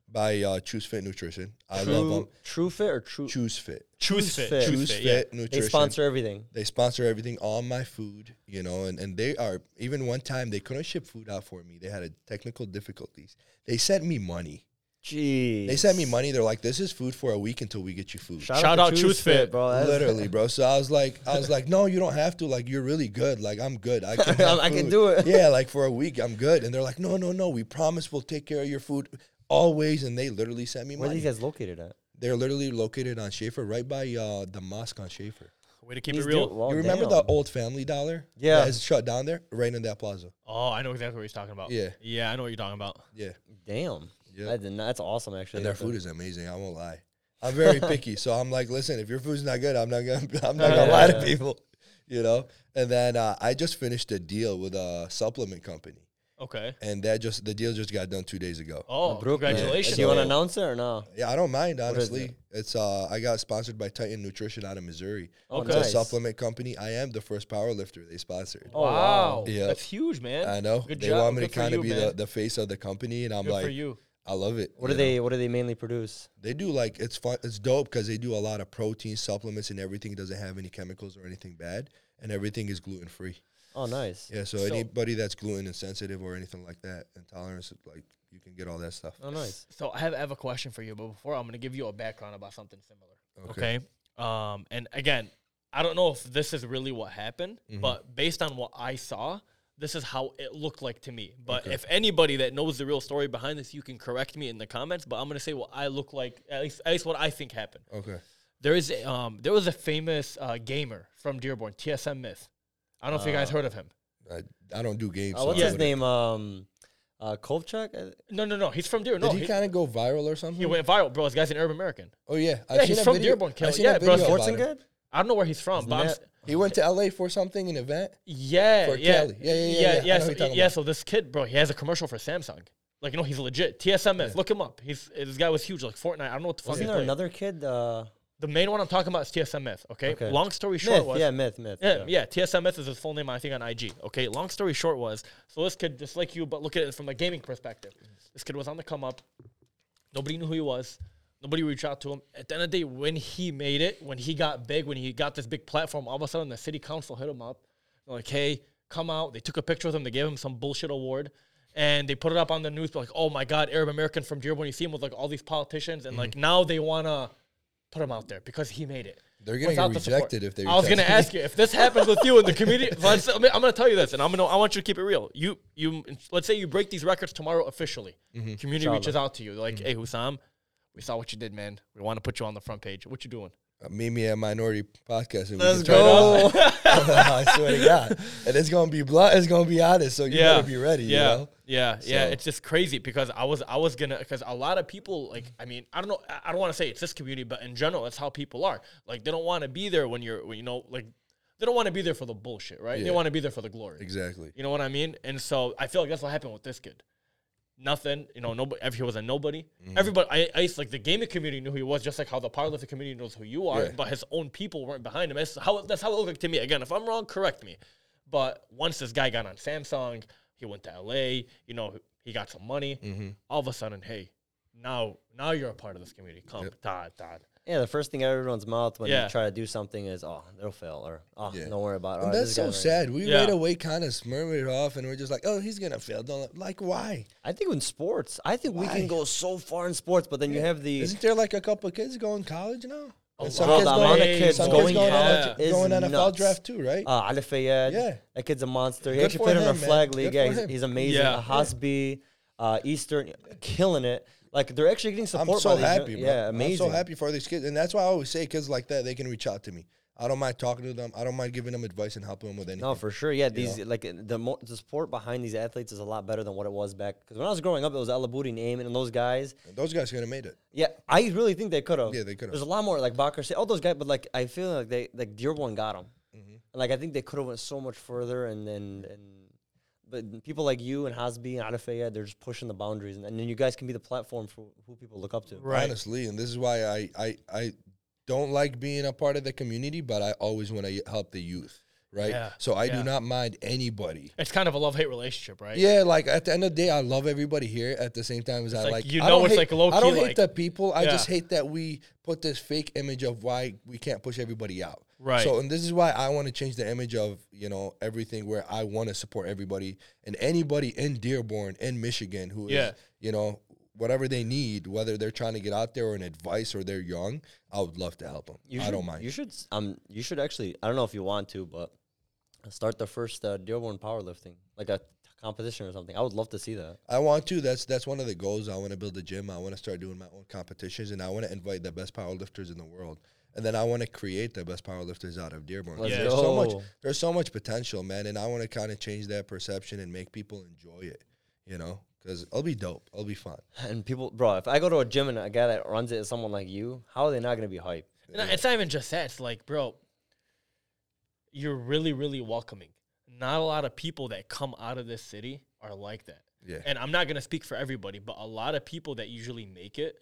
Speaker 3: by uh, Choose Fit Nutrition. I love
Speaker 1: True,
Speaker 3: them.
Speaker 1: True Fit or True?
Speaker 3: Choose Fit.
Speaker 2: choose fit,
Speaker 1: fit.
Speaker 2: choose,
Speaker 3: Choose
Speaker 2: fit.
Speaker 3: Fit,
Speaker 2: Yeah.
Speaker 1: They
Speaker 3: Nutrition.
Speaker 1: sponsor everything.
Speaker 3: They sponsor everything, all my food, you know, and, and they are even one time they couldn't ship food out for me. They had a technical difficulties. They sent me money.
Speaker 1: Jeez.
Speaker 3: They sent me money. They're like, "This is food for a week until we get you food."
Speaker 2: Shout out Truth Fit.
Speaker 1: bro. That's-
Speaker 3: Literally, bro. So I was like, I was like, no, you don't have to. Like, you're really good. Like, I'm good. I can, have
Speaker 1: I can
Speaker 3: food."
Speaker 1: do it.
Speaker 3: Yeah, like for a week, I'm good. And they're like, no, no, no. We promise we'll take care of your food always. And they literally sent me
Speaker 1: Where are
Speaker 3: money.
Speaker 1: these guys located at?
Speaker 3: They're literally located on Schaefer, right by uh, the mosque on Schaefer.
Speaker 2: Way to keep
Speaker 1: These
Speaker 2: it real.
Speaker 1: dude- well,
Speaker 3: you remember
Speaker 1: Oh, damn.
Speaker 3: the old Family Dollar?
Speaker 1: Yeah.
Speaker 3: that is shut down there, right in that plaza.
Speaker 2: oh, I know exactly what he's talking about.
Speaker 3: Yeah.
Speaker 2: yeah, I know what you're talking about.
Speaker 3: Yeah,
Speaker 1: Damn.
Speaker 3: Yeah.
Speaker 1: I did not, that's awesome, actually.
Speaker 3: and their food is amazing. I won't lie. I'm very picky, so I'm like, listen, if your food's not good, I'm not gonna, I'm not gonna lie to
Speaker 1: Yeah.
Speaker 3: people, you know. And then uh, I just finished a deal with a supplement company.
Speaker 2: Okay.
Speaker 3: and that just the deal just got done two days ago.
Speaker 2: Oh,
Speaker 1: Brooklyn.
Speaker 2: congratulations!
Speaker 1: Do you want to
Speaker 3: So-
Speaker 1: announce it or no?
Speaker 3: Yeah, I don't mind
Speaker 1: is
Speaker 3: honestly. It's uh, I got sponsored by Titan Nutrition out of Missouri.
Speaker 1: Oh,
Speaker 3: It's a
Speaker 1: nice.
Speaker 3: supplement company. I am the first power lifter they sponsored.
Speaker 1: Oh,
Speaker 2: wow,
Speaker 1: wow.
Speaker 3: Yeah.
Speaker 2: that's huge, man.
Speaker 3: I know
Speaker 2: Good
Speaker 3: they
Speaker 2: job.
Speaker 3: want me
Speaker 2: Good
Speaker 3: to
Speaker 2: for
Speaker 3: kind
Speaker 2: you,
Speaker 3: of be the,
Speaker 2: man.
Speaker 3: the face of the company, and I'm
Speaker 2: Good
Speaker 3: like,
Speaker 2: for you.
Speaker 3: I love it.
Speaker 1: What do
Speaker 3: you know?
Speaker 1: they What do they mainly produce?
Speaker 3: They do like it's fun. It's dope because they do a lot of protein supplements and everything doesn't have any chemicals or anything bad, and everything is gluten free.
Speaker 1: Oh, nice.
Speaker 3: Yeah, so,
Speaker 2: So-
Speaker 3: anybody that's gluten insensitive or anything like that, intolerance, like you can get all that stuff.
Speaker 1: Oh, nice.
Speaker 2: So I have, I have a question for you, but before I'm going to give you a background about something similar.
Speaker 3: Okay.
Speaker 2: Okay. Um, and again, I don't know if this is really what happened, but based on what I saw, this is how it looked like to me. But if anybody that knows the real story behind this, you can correct me in the comments. But I'm going to say what I look like, at least, at least what I think happened.
Speaker 3: Okay.
Speaker 2: There is a, um, there was a famous uh, gamer from Dearborn, TSM Myth. I don't know if you guys heard of him.
Speaker 3: I, I don't do games.
Speaker 1: Uh,
Speaker 3: so
Speaker 1: what's
Speaker 3: I
Speaker 1: his
Speaker 3: wouldn't-
Speaker 1: name? Um, uh, Kovchak. I-
Speaker 2: No, no, no. He's from Dearborn. No,
Speaker 3: Did he,
Speaker 2: he,
Speaker 3: kind of go viral or
Speaker 2: he
Speaker 3: something?
Speaker 2: went viral, bro. This guy's an urban American.
Speaker 3: oh yeah, I've
Speaker 2: Yeah, he's from Dearborn, Kelly.
Speaker 3: I've seen
Speaker 2: Yeah,
Speaker 3: a
Speaker 2: bro,
Speaker 3: video about
Speaker 1: Sports and
Speaker 3: him.
Speaker 1: good.
Speaker 2: I don't know where he's from, but I'm,
Speaker 1: Isn't
Speaker 2: s-
Speaker 1: that-
Speaker 3: He went to LA for something, an event.
Speaker 2: Yeah,
Speaker 3: For
Speaker 2: yeah,
Speaker 3: Kelly. Yeah, yeah, yeah, yeah. I know
Speaker 2: yeah.
Speaker 3: who
Speaker 2: So,
Speaker 3: you're talking
Speaker 2: yeah,
Speaker 3: about.
Speaker 2: so this kid, bro, he has a commercial for Samsung. Like, you know, he's legit. TSMF, look him up. He's this guy was huge, like Fortnite. I don't know what the fuck.
Speaker 1: Wasn't
Speaker 2: he's
Speaker 1: there
Speaker 2: playing.
Speaker 1: another kid? Uh,
Speaker 2: The main one I'm talking about is TSMF. Okay.
Speaker 1: Okay.
Speaker 2: Long story short
Speaker 1: myth.
Speaker 2: was
Speaker 1: yeah, myth, myth.
Speaker 2: yeah, yeah. TSMS is his full name, I think, on IG. Okay. Long story short was so this kid, just like you, but look at it from a gaming perspective. This kid was on the come up. Nobody knew who he was. Nobody reached out to him. At the end of the day, when he made it, when he got big, when he got this big platform, all of a sudden the city council hit him up. They're like, hey, come out. They took a picture of him. They gave him some bullshit award. And they put it up on the news, like, oh my God, Arab American from Dearborn. You see him with like all these politicians. And like now they want to put him out there because he made it.
Speaker 3: They're gonna
Speaker 2: Without
Speaker 3: get
Speaker 2: the support.
Speaker 3: rejected if they.
Speaker 2: I was
Speaker 3: reach out
Speaker 2: gonna
Speaker 3: me.
Speaker 2: ask you if this happens with you in the community. let's- I am gonna tell you this, and I'm gonna I want you to keep it real. You you let's say you break these records tomorrow officially.
Speaker 3: Mm-hmm.
Speaker 2: Community reaches out to you, They're like, hey Hussam, we saw what you did, man. We want to put you on the front page. What you doing?
Speaker 3: Uh, Meet me at Minority Podcast. And
Speaker 1: Let's
Speaker 3: we can turn
Speaker 1: go.
Speaker 3: it up. I swear to God, and it's gonna be blunt. It's gonna be honest. So you better be ready.
Speaker 2: Yeah,
Speaker 3: You know?
Speaker 2: yeah, yeah.
Speaker 3: So-
Speaker 2: It's just crazy because I was I was gonna because a lot of people like I mean I don't know I- I don't want to say it's this community, but in general that's how people are. Like they don't want to be there when you're when, you know like they don't want to be there for the bullshit, right? They
Speaker 3: Yeah.
Speaker 2: want to be there for the glory.
Speaker 3: Exactly.
Speaker 2: You know what I mean? And so I feel like that's what happened with this kid. Nothing, you know, nobody, every- he was a nobody. Everybody, I, I used to- like the gaming community knew who he was, just like how the powerlifting community knows who you are,
Speaker 3: Yeah.
Speaker 2: but his own people weren't behind him. That's how, that's how it looked like to me. Again, if I'm wrong, correct me. But once this guy got on Samsung, he went to LA, you know, he
Speaker 1: Mm-hmm.
Speaker 3: Mm-hmm.
Speaker 1: Uh,
Speaker 2: got some money. All of a sudden, hey, now now you're a part of this community. Come, Todd, Todd.
Speaker 1: Yeah, the first thing out of everyone's mouth when
Speaker 2: Yeah.
Speaker 1: you try to do something is, oh, they'll fail, or oh,
Speaker 3: Yeah.
Speaker 1: don't worry about it.
Speaker 3: And
Speaker 1: or,
Speaker 3: that's
Speaker 1: this guy
Speaker 3: so
Speaker 1: right
Speaker 3: sad. We
Speaker 2: Yeah.
Speaker 3: right away kind of smirmed it off, and we're just like, "Oh, he's gonna fail." Don't let- like why?
Speaker 1: I think in sports, I think we
Speaker 3: Why?
Speaker 1: can go so far in sports, but then you have the
Speaker 3: Isn't there like a couple of kids going college now? And
Speaker 1: Bro, the amount of
Speaker 2: way
Speaker 1: kids
Speaker 2: more.
Speaker 3: some
Speaker 1: going
Speaker 3: kids going,
Speaker 2: college
Speaker 1: out
Speaker 3: NFL,
Speaker 1: is
Speaker 3: going NFL
Speaker 1: nuts.
Speaker 3: draft too, right?
Speaker 1: Uh, Ali Fayed.
Speaker 3: Yeah.
Speaker 1: That kid's a monster. He
Speaker 3: Good
Speaker 1: actually
Speaker 3: for
Speaker 1: played in our
Speaker 3: him, man.
Speaker 1: flag league.
Speaker 3: Good
Speaker 1: Yeah,
Speaker 3: for
Speaker 1: he's,
Speaker 3: him.
Speaker 1: he's amazing.
Speaker 2: Yeah.
Speaker 1: Yeah. Hasby, uh, Eastern, killing it. Like, they're actually getting
Speaker 3: I'm
Speaker 1: support
Speaker 3: so
Speaker 1: by these
Speaker 3: happy,
Speaker 1: young-
Speaker 3: bro.
Speaker 1: Yeah, amazing.
Speaker 3: I'm so happy for these kids, and that's why I always say kids like that they can reach out to me. I don't mind talking to them. I don't mind giving them advice and helping them with anything.
Speaker 1: No, for sure. Yeah, these like uh, the more the support behind these athletes is a lot better than what it was back. Because when I was growing up, it was Alabudi and Eamon and those guys.
Speaker 3: And those guys could have made it.
Speaker 1: Yeah, I really think they could have.
Speaker 3: Yeah, they could've.
Speaker 1: There's a lot more like Bakker said, all those guys. But like, I feel like they like Dearborn got them,
Speaker 3: Mm-hmm.
Speaker 1: and like I think they could have went so much further. And then and but people like you and Hasbi and Adafaya, they're just pushing the boundaries, and, and then you guys can be the platform for who people look up to.
Speaker 2: Right.
Speaker 3: honestly and this is why I, I i don't like being a part of the community but i always want to help the youth right
Speaker 2: Yeah,
Speaker 3: so i
Speaker 2: yeah.
Speaker 3: do not mind anybody
Speaker 2: It's kind of a love hate relationship, right?
Speaker 3: yeah like at the end of the day i love everybody here at the same time as i
Speaker 2: like,
Speaker 3: like
Speaker 2: you
Speaker 3: I
Speaker 2: know
Speaker 3: don't
Speaker 2: it's,
Speaker 3: hate-
Speaker 2: like, low-key,
Speaker 3: i don't
Speaker 2: like-
Speaker 3: hate the people i
Speaker 2: Yeah.
Speaker 3: just hate that we put this fake image of why we can't push everybody out
Speaker 2: Right.
Speaker 3: so and this is why i want to change the image of you know everything where i want to support everybody and anybody in dearborn in michigan who is
Speaker 2: Yeah.
Speaker 3: you know, whatever they need, whether they're trying to get out there or an advice or they're young, I would love to help them.
Speaker 1: You
Speaker 3: I
Speaker 1: should,
Speaker 3: don't mind.
Speaker 1: You should s- um you should actually I don't know if you want to, but start the first uh, Dearborn powerlifting like a t- competition or something. I would love to see that.
Speaker 3: I want to. That's that's one of the goals. I want to build a gym. I want to start doing my own competitions, and I want to invite the best powerlifters in the world. And then I want to create the best powerlifters out of Dearborn.
Speaker 1: Let's
Speaker 3: There's so
Speaker 1: go.
Speaker 3: much. There's so much potential, man. And I want to kind of change that perception and make people enjoy it. You know, because it'll be dope. It'll be fun.
Speaker 1: And people, bro, if I go to a gym and a guy that runs it is someone like you, how are they not going to be hype?
Speaker 2: And I- it's not even just that. It's like, bro, you're really, really welcoming. Not a lot of people that come out of this city are like that.
Speaker 3: Yeah.
Speaker 2: And I'm not gonna speak for everybody, but a lot of people that usually make it,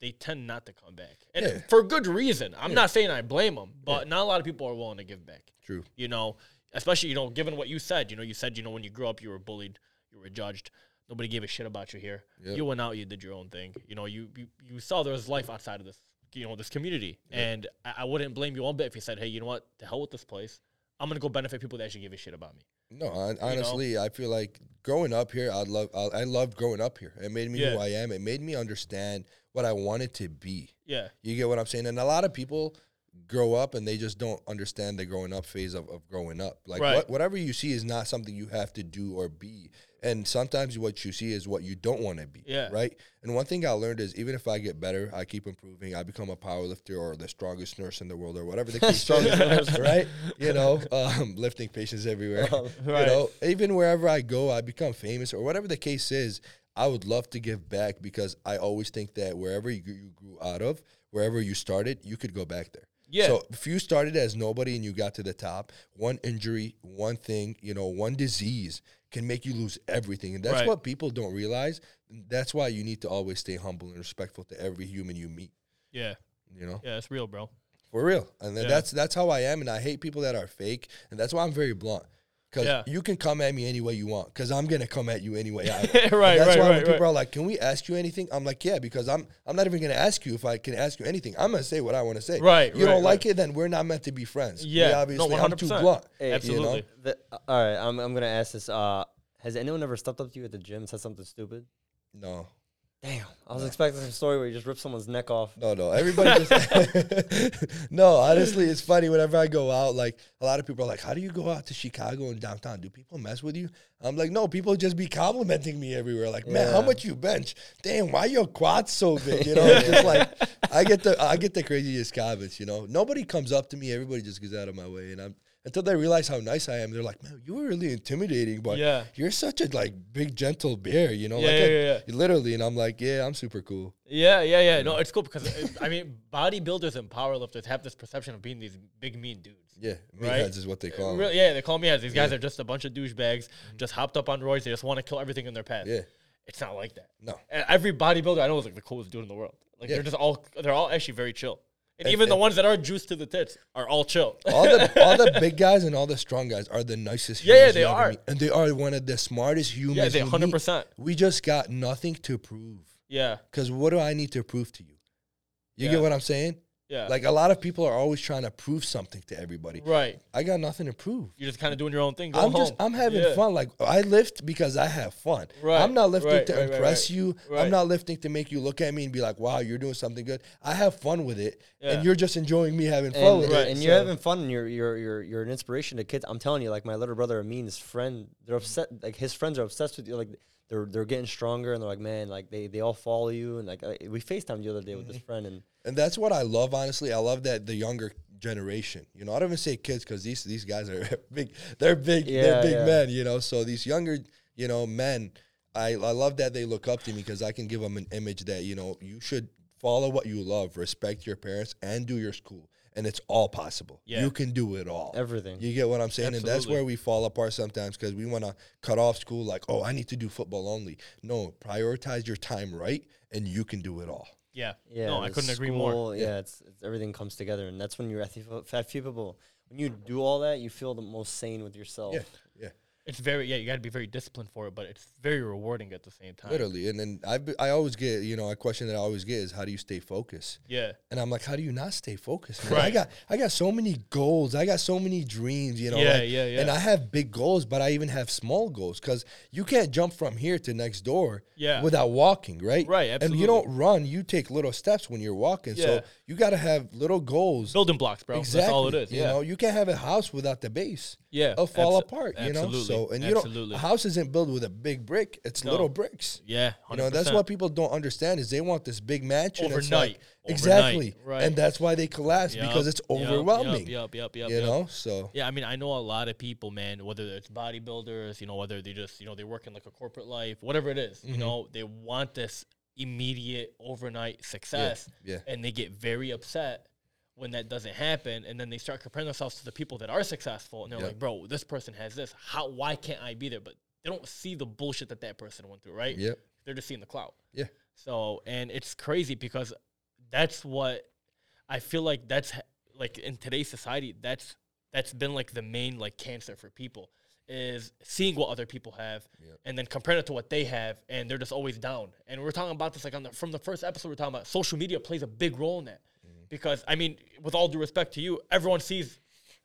Speaker 2: they tend not to come back, and
Speaker 3: Yeah.
Speaker 2: for good reason. I'm not saying I blame them, but not a lot of people are willing to give back.
Speaker 3: True.
Speaker 2: You know, especially you know, given what you said. You know, you said you know when you grew up, you were bullied, you were judged. Nobody gave a shit about you here.
Speaker 3: Yep.
Speaker 2: You went out, you did your own thing. You know, you you, you saw there was life outside of this, you know, this community. And I, I wouldn't blame you one bit if you said, hey, you know what, to hell with this place. I'm gonna go benefit people that actually give a shit about me.
Speaker 3: No, hon- honestly, I feel like growing up here, I love, I, I loved growing up here. It made me
Speaker 2: Yeah.
Speaker 3: who I am. It made me understand what I wanted to be.
Speaker 2: Yeah.
Speaker 3: You get what I'm saying? And a lot of people grow up and they just don't understand the growing up phase of, of growing up. Like
Speaker 2: Right.
Speaker 3: what, whatever you see is not something you have to do or be. And sometimes what you see is what you don't want to be.
Speaker 2: Yeah.
Speaker 3: Right. And one thing I learned is even if I get better, I keep improving. I become a power lifter or the strongest nurse in the world or whatever they keep saying. right. You know, um, lifting patients everywhere.
Speaker 2: Oh, right.
Speaker 3: You know, even wherever I go, I become famous or whatever the case is. I would love to give back because I always think that wherever you, you grew out of, wherever you started, you could go back there.
Speaker 2: Yeah.
Speaker 3: So if you started as nobody and you got to the top, one injury, one thing, you know, one disease can make you lose everything. And that's
Speaker 2: Right.
Speaker 3: what people don't realize. That's why you need to always stay humble and respectful to every human you meet,
Speaker 2: Yeah.
Speaker 3: you know?
Speaker 2: Yeah, it's real, bro.
Speaker 3: For real. And then
Speaker 2: Yeah.
Speaker 3: that's that's how I am and I hate people that are fake and that's why I'm very blunt. Cause
Speaker 2: Yeah.
Speaker 3: you can come at me any way you want, cause I'm gonna come at you anyway. I
Speaker 2: right, right,
Speaker 3: that's
Speaker 2: right,
Speaker 3: why when
Speaker 2: right.
Speaker 3: people are like, "Can we ask you anything?" I'm like, "Yeah," because I'm I'm not even gonna ask you if I can ask you anything. I'm gonna say what I want to say.
Speaker 2: Right,
Speaker 3: You
Speaker 2: right,
Speaker 3: don't like it, then we're not meant to be friends. We
Speaker 2: Yeah, no,
Speaker 3: obviously, I'm too
Speaker 2: 100%.
Speaker 3: blunt.
Speaker 1: Hey,
Speaker 2: Absolutely.
Speaker 1: The, uh, all right, I'm, I'm going to ask this. Uh, has anyone ever stepped up to you at the gym and said something stupid?
Speaker 3: No,
Speaker 1: Damn, I was expecting some story where you just rip someone's neck off.
Speaker 3: no, no. Everybody just no. Honestly, it's funny whenever I go out. Like a lot of people are like, "How do you go out to Chicago and downtown? Do people mess with you?" I'm like, "No, people just be complimenting me everywhere. Like, man, how
Speaker 1: Yeah.
Speaker 3: much you bench? Damn, why your quads so big? You know, it's just like I get the I get the craziest comments. You know, nobody comes up to me. Everybody just gets out of my way, and I'm. Until they realize how nice I am, they're like, "Man, you were really intimidating, but
Speaker 2: Yeah.
Speaker 3: you're such a like big gentle bear, you know."
Speaker 2: Yeah,
Speaker 3: like
Speaker 2: yeah,
Speaker 3: I-
Speaker 2: yeah,
Speaker 3: Literally, and I'm like, "Yeah, I'm super cool."
Speaker 2: Yeah, yeah, yeah. No, it's cool because it- I mean, bodybuilders and powerlifters have this perception of being these big mean dudes.
Speaker 3: Yeah,
Speaker 2: Right?
Speaker 3: meatheads is what they call 'em.
Speaker 2: Really, yeah, they call me as these guys are just a bunch of douchebags, just hopped up on roids. They just want to kill everything in their path.
Speaker 3: Yeah.
Speaker 2: it's not like that.
Speaker 3: No.
Speaker 2: E- every bodybuilder I know is like the coolest dude in the world. Like
Speaker 3: Yeah.
Speaker 2: they're just all they're all actually very chill, and,
Speaker 3: And-
Speaker 2: even the
Speaker 3: and-
Speaker 2: ones that are juiced to the tits are all chill.
Speaker 3: All the all the big guys and all the strong guys are the nicest.
Speaker 2: Yeah, yeah,
Speaker 3: humans
Speaker 2: they
Speaker 3: you ever
Speaker 2: are.
Speaker 3: meet. and they are one of the smartest humans.
Speaker 2: they
Speaker 3: you meet.
Speaker 2: 100%.
Speaker 3: We just got nothing to prove.
Speaker 2: yeah,
Speaker 3: Cause what do I need to prove to you? You
Speaker 2: Yeah.
Speaker 3: get what I'm saying?
Speaker 2: Yeah.
Speaker 3: Like a lot of people are always trying to prove something to everybody.
Speaker 2: right.
Speaker 3: I got nothing to prove.
Speaker 2: You're just kind of doing your own thing. Go
Speaker 3: I'm
Speaker 2: home.
Speaker 3: just I'm having
Speaker 2: Yeah.
Speaker 3: fun. Like I lift because I have fun.
Speaker 2: Right,
Speaker 3: I'm not lifting
Speaker 2: right,
Speaker 3: to
Speaker 2: right, right,
Speaker 3: impress
Speaker 2: right.
Speaker 3: you.
Speaker 2: Right.
Speaker 3: I'm not lifting to make you look at me and be like, "Wow, you're doing something good." I have fun with it,
Speaker 2: Yeah.
Speaker 3: and you're just enjoying me having fun
Speaker 1: and,
Speaker 3: with
Speaker 2: Right,
Speaker 1: and
Speaker 2: so-
Speaker 1: you're having fun and you're, you're you're you're an inspiration to kids i'm telling you like my little brother amin's friend they're upset like his friends are obsessed with you like they're they're getting stronger and they're like man like they they all follow you and like I, we facetimed the other day with this friend and
Speaker 3: it, and that's what I love. Honestly, I love that the younger generation. You know, I don't even say kids because these these guys are big. They're big.
Speaker 1: Yeah,
Speaker 3: they're big
Speaker 1: yeah.
Speaker 3: men. You know, so these younger you know men, I I love that they look up to me because I can give them an image that you know you should follow what you love, respect your parents, and do your school. And it's all possible.
Speaker 2: Yeah.
Speaker 3: You can do it all.
Speaker 1: everything
Speaker 3: You get what I'm saying? And that's
Speaker 2: Absolutely.
Speaker 3: where we fall apart sometimes because we want to cut off school like, oh, I need to do football only. No, prioritize your time right and you can do it all.
Speaker 2: Yeah.
Speaker 1: yeah
Speaker 2: No, I
Speaker 1: the
Speaker 2: couldn't agree more.
Speaker 1: school, yeah, it's, it's everything comes together and that's when you're at fat few people when you do all that you feel the most sane with yourself
Speaker 3: Yeah, yeah,
Speaker 2: It's very yeah. You got to be very disciplined for it, but it's very rewarding at the same time.
Speaker 3: literally. And then I, I always get, you know, a question that I always get is, how do you stay focused?
Speaker 2: Yeah.
Speaker 3: And I'm like, how do you not stay focused? man? I
Speaker 2: Right.
Speaker 3: got, I got so many goals. I got so many dreams. You know,
Speaker 2: Yeah,
Speaker 3: like-
Speaker 2: yeah, yeah.
Speaker 3: And I have big goals, but I even have small goals because you can't jump from here to next door,
Speaker 2: Yeah.
Speaker 3: without walking, right?
Speaker 2: Right,
Speaker 3: And you
Speaker 2: absolutely.
Speaker 3: don't run; you take little steps when you're walking.
Speaker 2: Yeah.
Speaker 3: So you got to have little goals.
Speaker 2: Building blocks, bro.
Speaker 3: exactly.
Speaker 2: That's all it is.
Speaker 3: You
Speaker 2: yeah.
Speaker 3: know, you can't have a house without the base.
Speaker 2: Yeah,
Speaker 3: It'll fall
Speaker 2: abso-
Speaker 3: apart. You know.
Speaker 2: absolutely,
Speaker 3: So and you don't.
Speaker 2: absolutely.
Speaker 3: A house isn't built with a big brick; it's
Speaker 2: No.
Speaker 3: little bricks.
Speaker 2: yeah. 100%.
Speaker 3: You know, that's what people don't understand is they want this big mansion. It's
Speaker 2: Overnight.
Speaker 3: like-
Speaker 2: Overnight.
Speaker 3: Exactly.
Speaker 2: Right.
Speaker 3: And that's why they collapse
Speaker 2: Yup,
Speaker 3: because it's
Speaker 2: yup, yup,
Speaker 3: overwhelming.
Speaker 2: Yup. Yup. Yup.
Speaker 3: you
Speaker 2: yup.
Speaker 3: know? So
Speaker 2: Yeah, I mean, I know a lot of people, man, whether it's bodybuilders, you know, whether they just, you know, they work in like a corporate life, whatever it is,
Speaker 3: Mm-hmm.
Speaker 2: you know, they want this immediate overnight success.
Speaker 3: yeah.
Speaker 2: And they get very upset when that doesn't happen. And then they start comparing themselves to the people that are successful. And they're
Speaker 3: Yeah.
Speaker 2: like, bro, this person has this. How, why can't I be there? But they don't see the bullshit that that person went through, right?
Speaker 3: Yep.
Speaker 2: They're just seeing the clout.
Speaker 3: Yeah.
Speaker 2: So, and it's crazy because that's what I feel like that's h- like in today's society, that's that's been like the main like cancer for people is seeing what other people have and then comparing it to what they have and they're just always down. And we're talking about this like on the from the first episode we're talking about social media plays a big role in that. Because I mean, with all due respect to you, everyone sees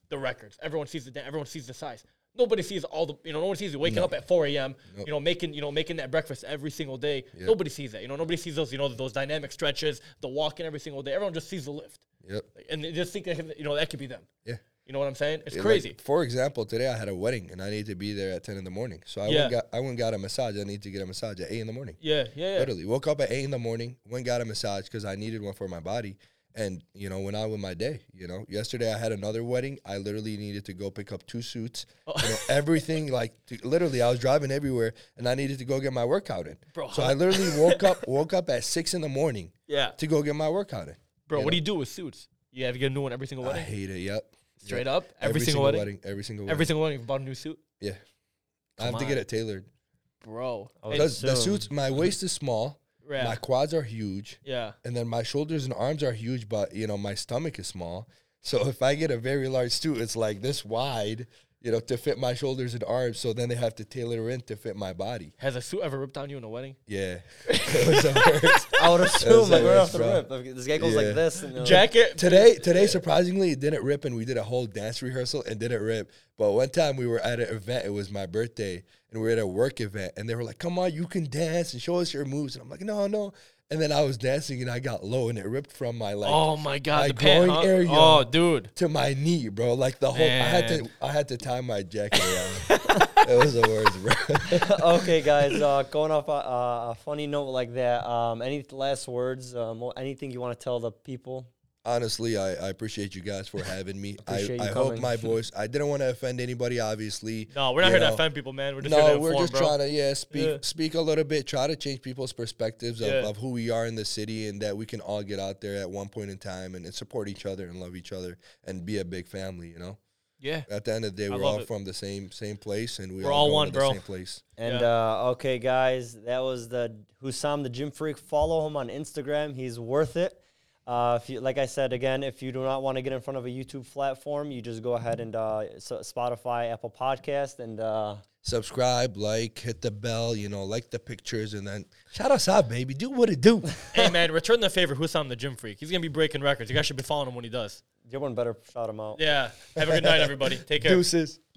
Speaker 2: the records. Everyone sees the da- everyone sees the size. Nobody sees all the you know. No one sees you waking up at four a.m. You know, making you know making that breakfast every single day. Nobody sees that. You know, nobody sees those you know those dynamic stretches, the walking every single day. Everyone just sees the lift,
Speaker 3: Yep.
Speaker 2: and they just think that, you know that could be them.
Speaker 3: Yeah.
Speaker 2: You know what I'm saying? It's
Speaker 3: Like,
Speaker 2: crazy.
Speaker 3: for example, today I had a wedding and I need to be there at ten in the morning. So I
Speaker 2: Yeah.
Speaker 3: went got I went and got a massage. I need to get a massage at eight in the morning.
Speaker 2: yeah, yeah, yeah.
Speaker 3: Literally. Woke up at eight in the morning, went and got a massage because I needed one for my body. And you know, went out with my day. You know, yesterday I had another wedding. I literally needed to go pick up two suits,
Speaker 2: Oh.
Speaker 3: you know, everything. Like to, literally, I was driving everywhere, and I needed to go get my workout in.
Speaker 2: Bro,
Speaker 3: so
Speaker 2: how-
Speaker 3: I literally woke up, woke up at six in the morning
Speaker 2: Yeah.
Speaker 3: to go get my workout in.
Speaker 2: Bro, what do you do with suits? You have to get a new one every single
Speaker 3: I
Speaker 2: wedding.
Speaker 3: hate it. Yep.
Speaker 2: Straight
Speaker 3: Yep.
Speaker 2: up, every, single, wedding,
Speaker 3: Every single wedding.
Speaker 2: every single wedding, you bought a new suit,
Speaker 3: yeah. I have to
Speaker 2: Come
Speaker 3: get
Speaker 2: on.
Speaker 3: it tailored
Speaker 2: bro.
Speaker 1: Oh,
Speaker 2: And-
Speaker 1: that's-
Speaker 3: because the
Speaker 1: Soon.
Speaker 3: suits. My waist is small.
Speaker 2: Yeah.
Speaker 3: My quads are huge.
Speaker 2: yeah,
Speaker 3: and then my shoulders and arms are huge, but you know my stomach is small. So if I get a very large suit, it's like this wide, you know, to fit my shoulders and arms. So then they have to tailor in to fit my body.
Speaker 2: has a suit ever ripped on you in a wedding?
Speaker 3: Yeah, it was the worst.
Speaker 1: i would assume like right
Speaker 3: hilarious,
Speaker 1: off the
Speaker 3: bro.
Speaker 1: rip like, this guy goes
Speaker 3: Yeah.
Speaker 1: like this and you're like,
Speaker 2: Jacket
Speaker 3: Uh, today. Today, surprisingly, it didn't rip, and we did a whole dance rehearsal and didn't rip. But one time we were at an event. It was my birthday, and we were at a work event, and they were like, "Come on, you can dance and show us your moves." And I'm like, "No, no." And then I was dancing, and I got low, and it ripped from my like
Speaker 2: Oh my god,
Speaker 3: my
Speaker 2: the pant,
Speaker 3: groin
Speaker 2: huh?
Speaker 3: area.
Speaker 2: Oh, dude.
Speaker 3: to my knee, bro. Like the whole, I had to,
Speaker 2: Man.
Speaker 3: I had to tie my jacket around. it was the worst, bro.
Speaker 1: okay, guys. Uh, going off a, a, a funny note like that. Um, any last words? Um, or anything you want to tell the people?
Speaker 3: Honestly, I, I appreciate you guys for having me. I,
Speaker 1: Appreciate you
Speaker 3: I hope
Speaker 1: coming.
Speaker 3: my voice. I didn't want to offend anybody, obviously.
Speaker 2: No, we're not
Speaker 3: you
Speaker 2: here
Speaker 3: know.
Speaker 2: to offend people, man. We're just here to
Speaker 3: No,
Speaker 2: inform,
Speaker 3: we're just
Speaker 2: bro.
Speaker 3: trying to yeah speak
Speaker 2: Yeah.
Speaker 3: speak a little bit, try to change people's perspectives of,
Speaker 2: Yeah.
Speaker 3: of who we are in the city, and that we can all get out there at one point in time and, and support each other and love each other and be a big family. You know,
Speaker 2: yeah.
Speaker 3: at the end of the day, we're
Speaker 2: love
Speaker 3: all
Speaker 2: it.
Speaker 3: from the same same place, and we
Speaker 2: We're all
Speaker 3: going
Speaker 2: one,
Speaker 3: to
Speaker 2: bro.
Speaker 3: The same place.
Speaker 1: And uh, okay, guys, that was the Husam the Gym Freak. Follow him on Instagram. He's worth it. Uh, if you, like I said again, if you do not want to get in front of a YouTube platform, you just go ahead and uh, so Spotify, Apple Podcast, and uh,
Speaker 3: Subscribe, like, hit the bell, you know, like the pictures, and then shout us out, baby. Do what it do.
Speaker 2: hey man, return the favor. Hussam the gym freak. He's gonna be breaking records. You guys should be following him when he does.
Speaker 1: everyone better shout them out.
Speaker 2: Yeah. Have a good night, everybody. Take care.
Speaker 3: Deuces.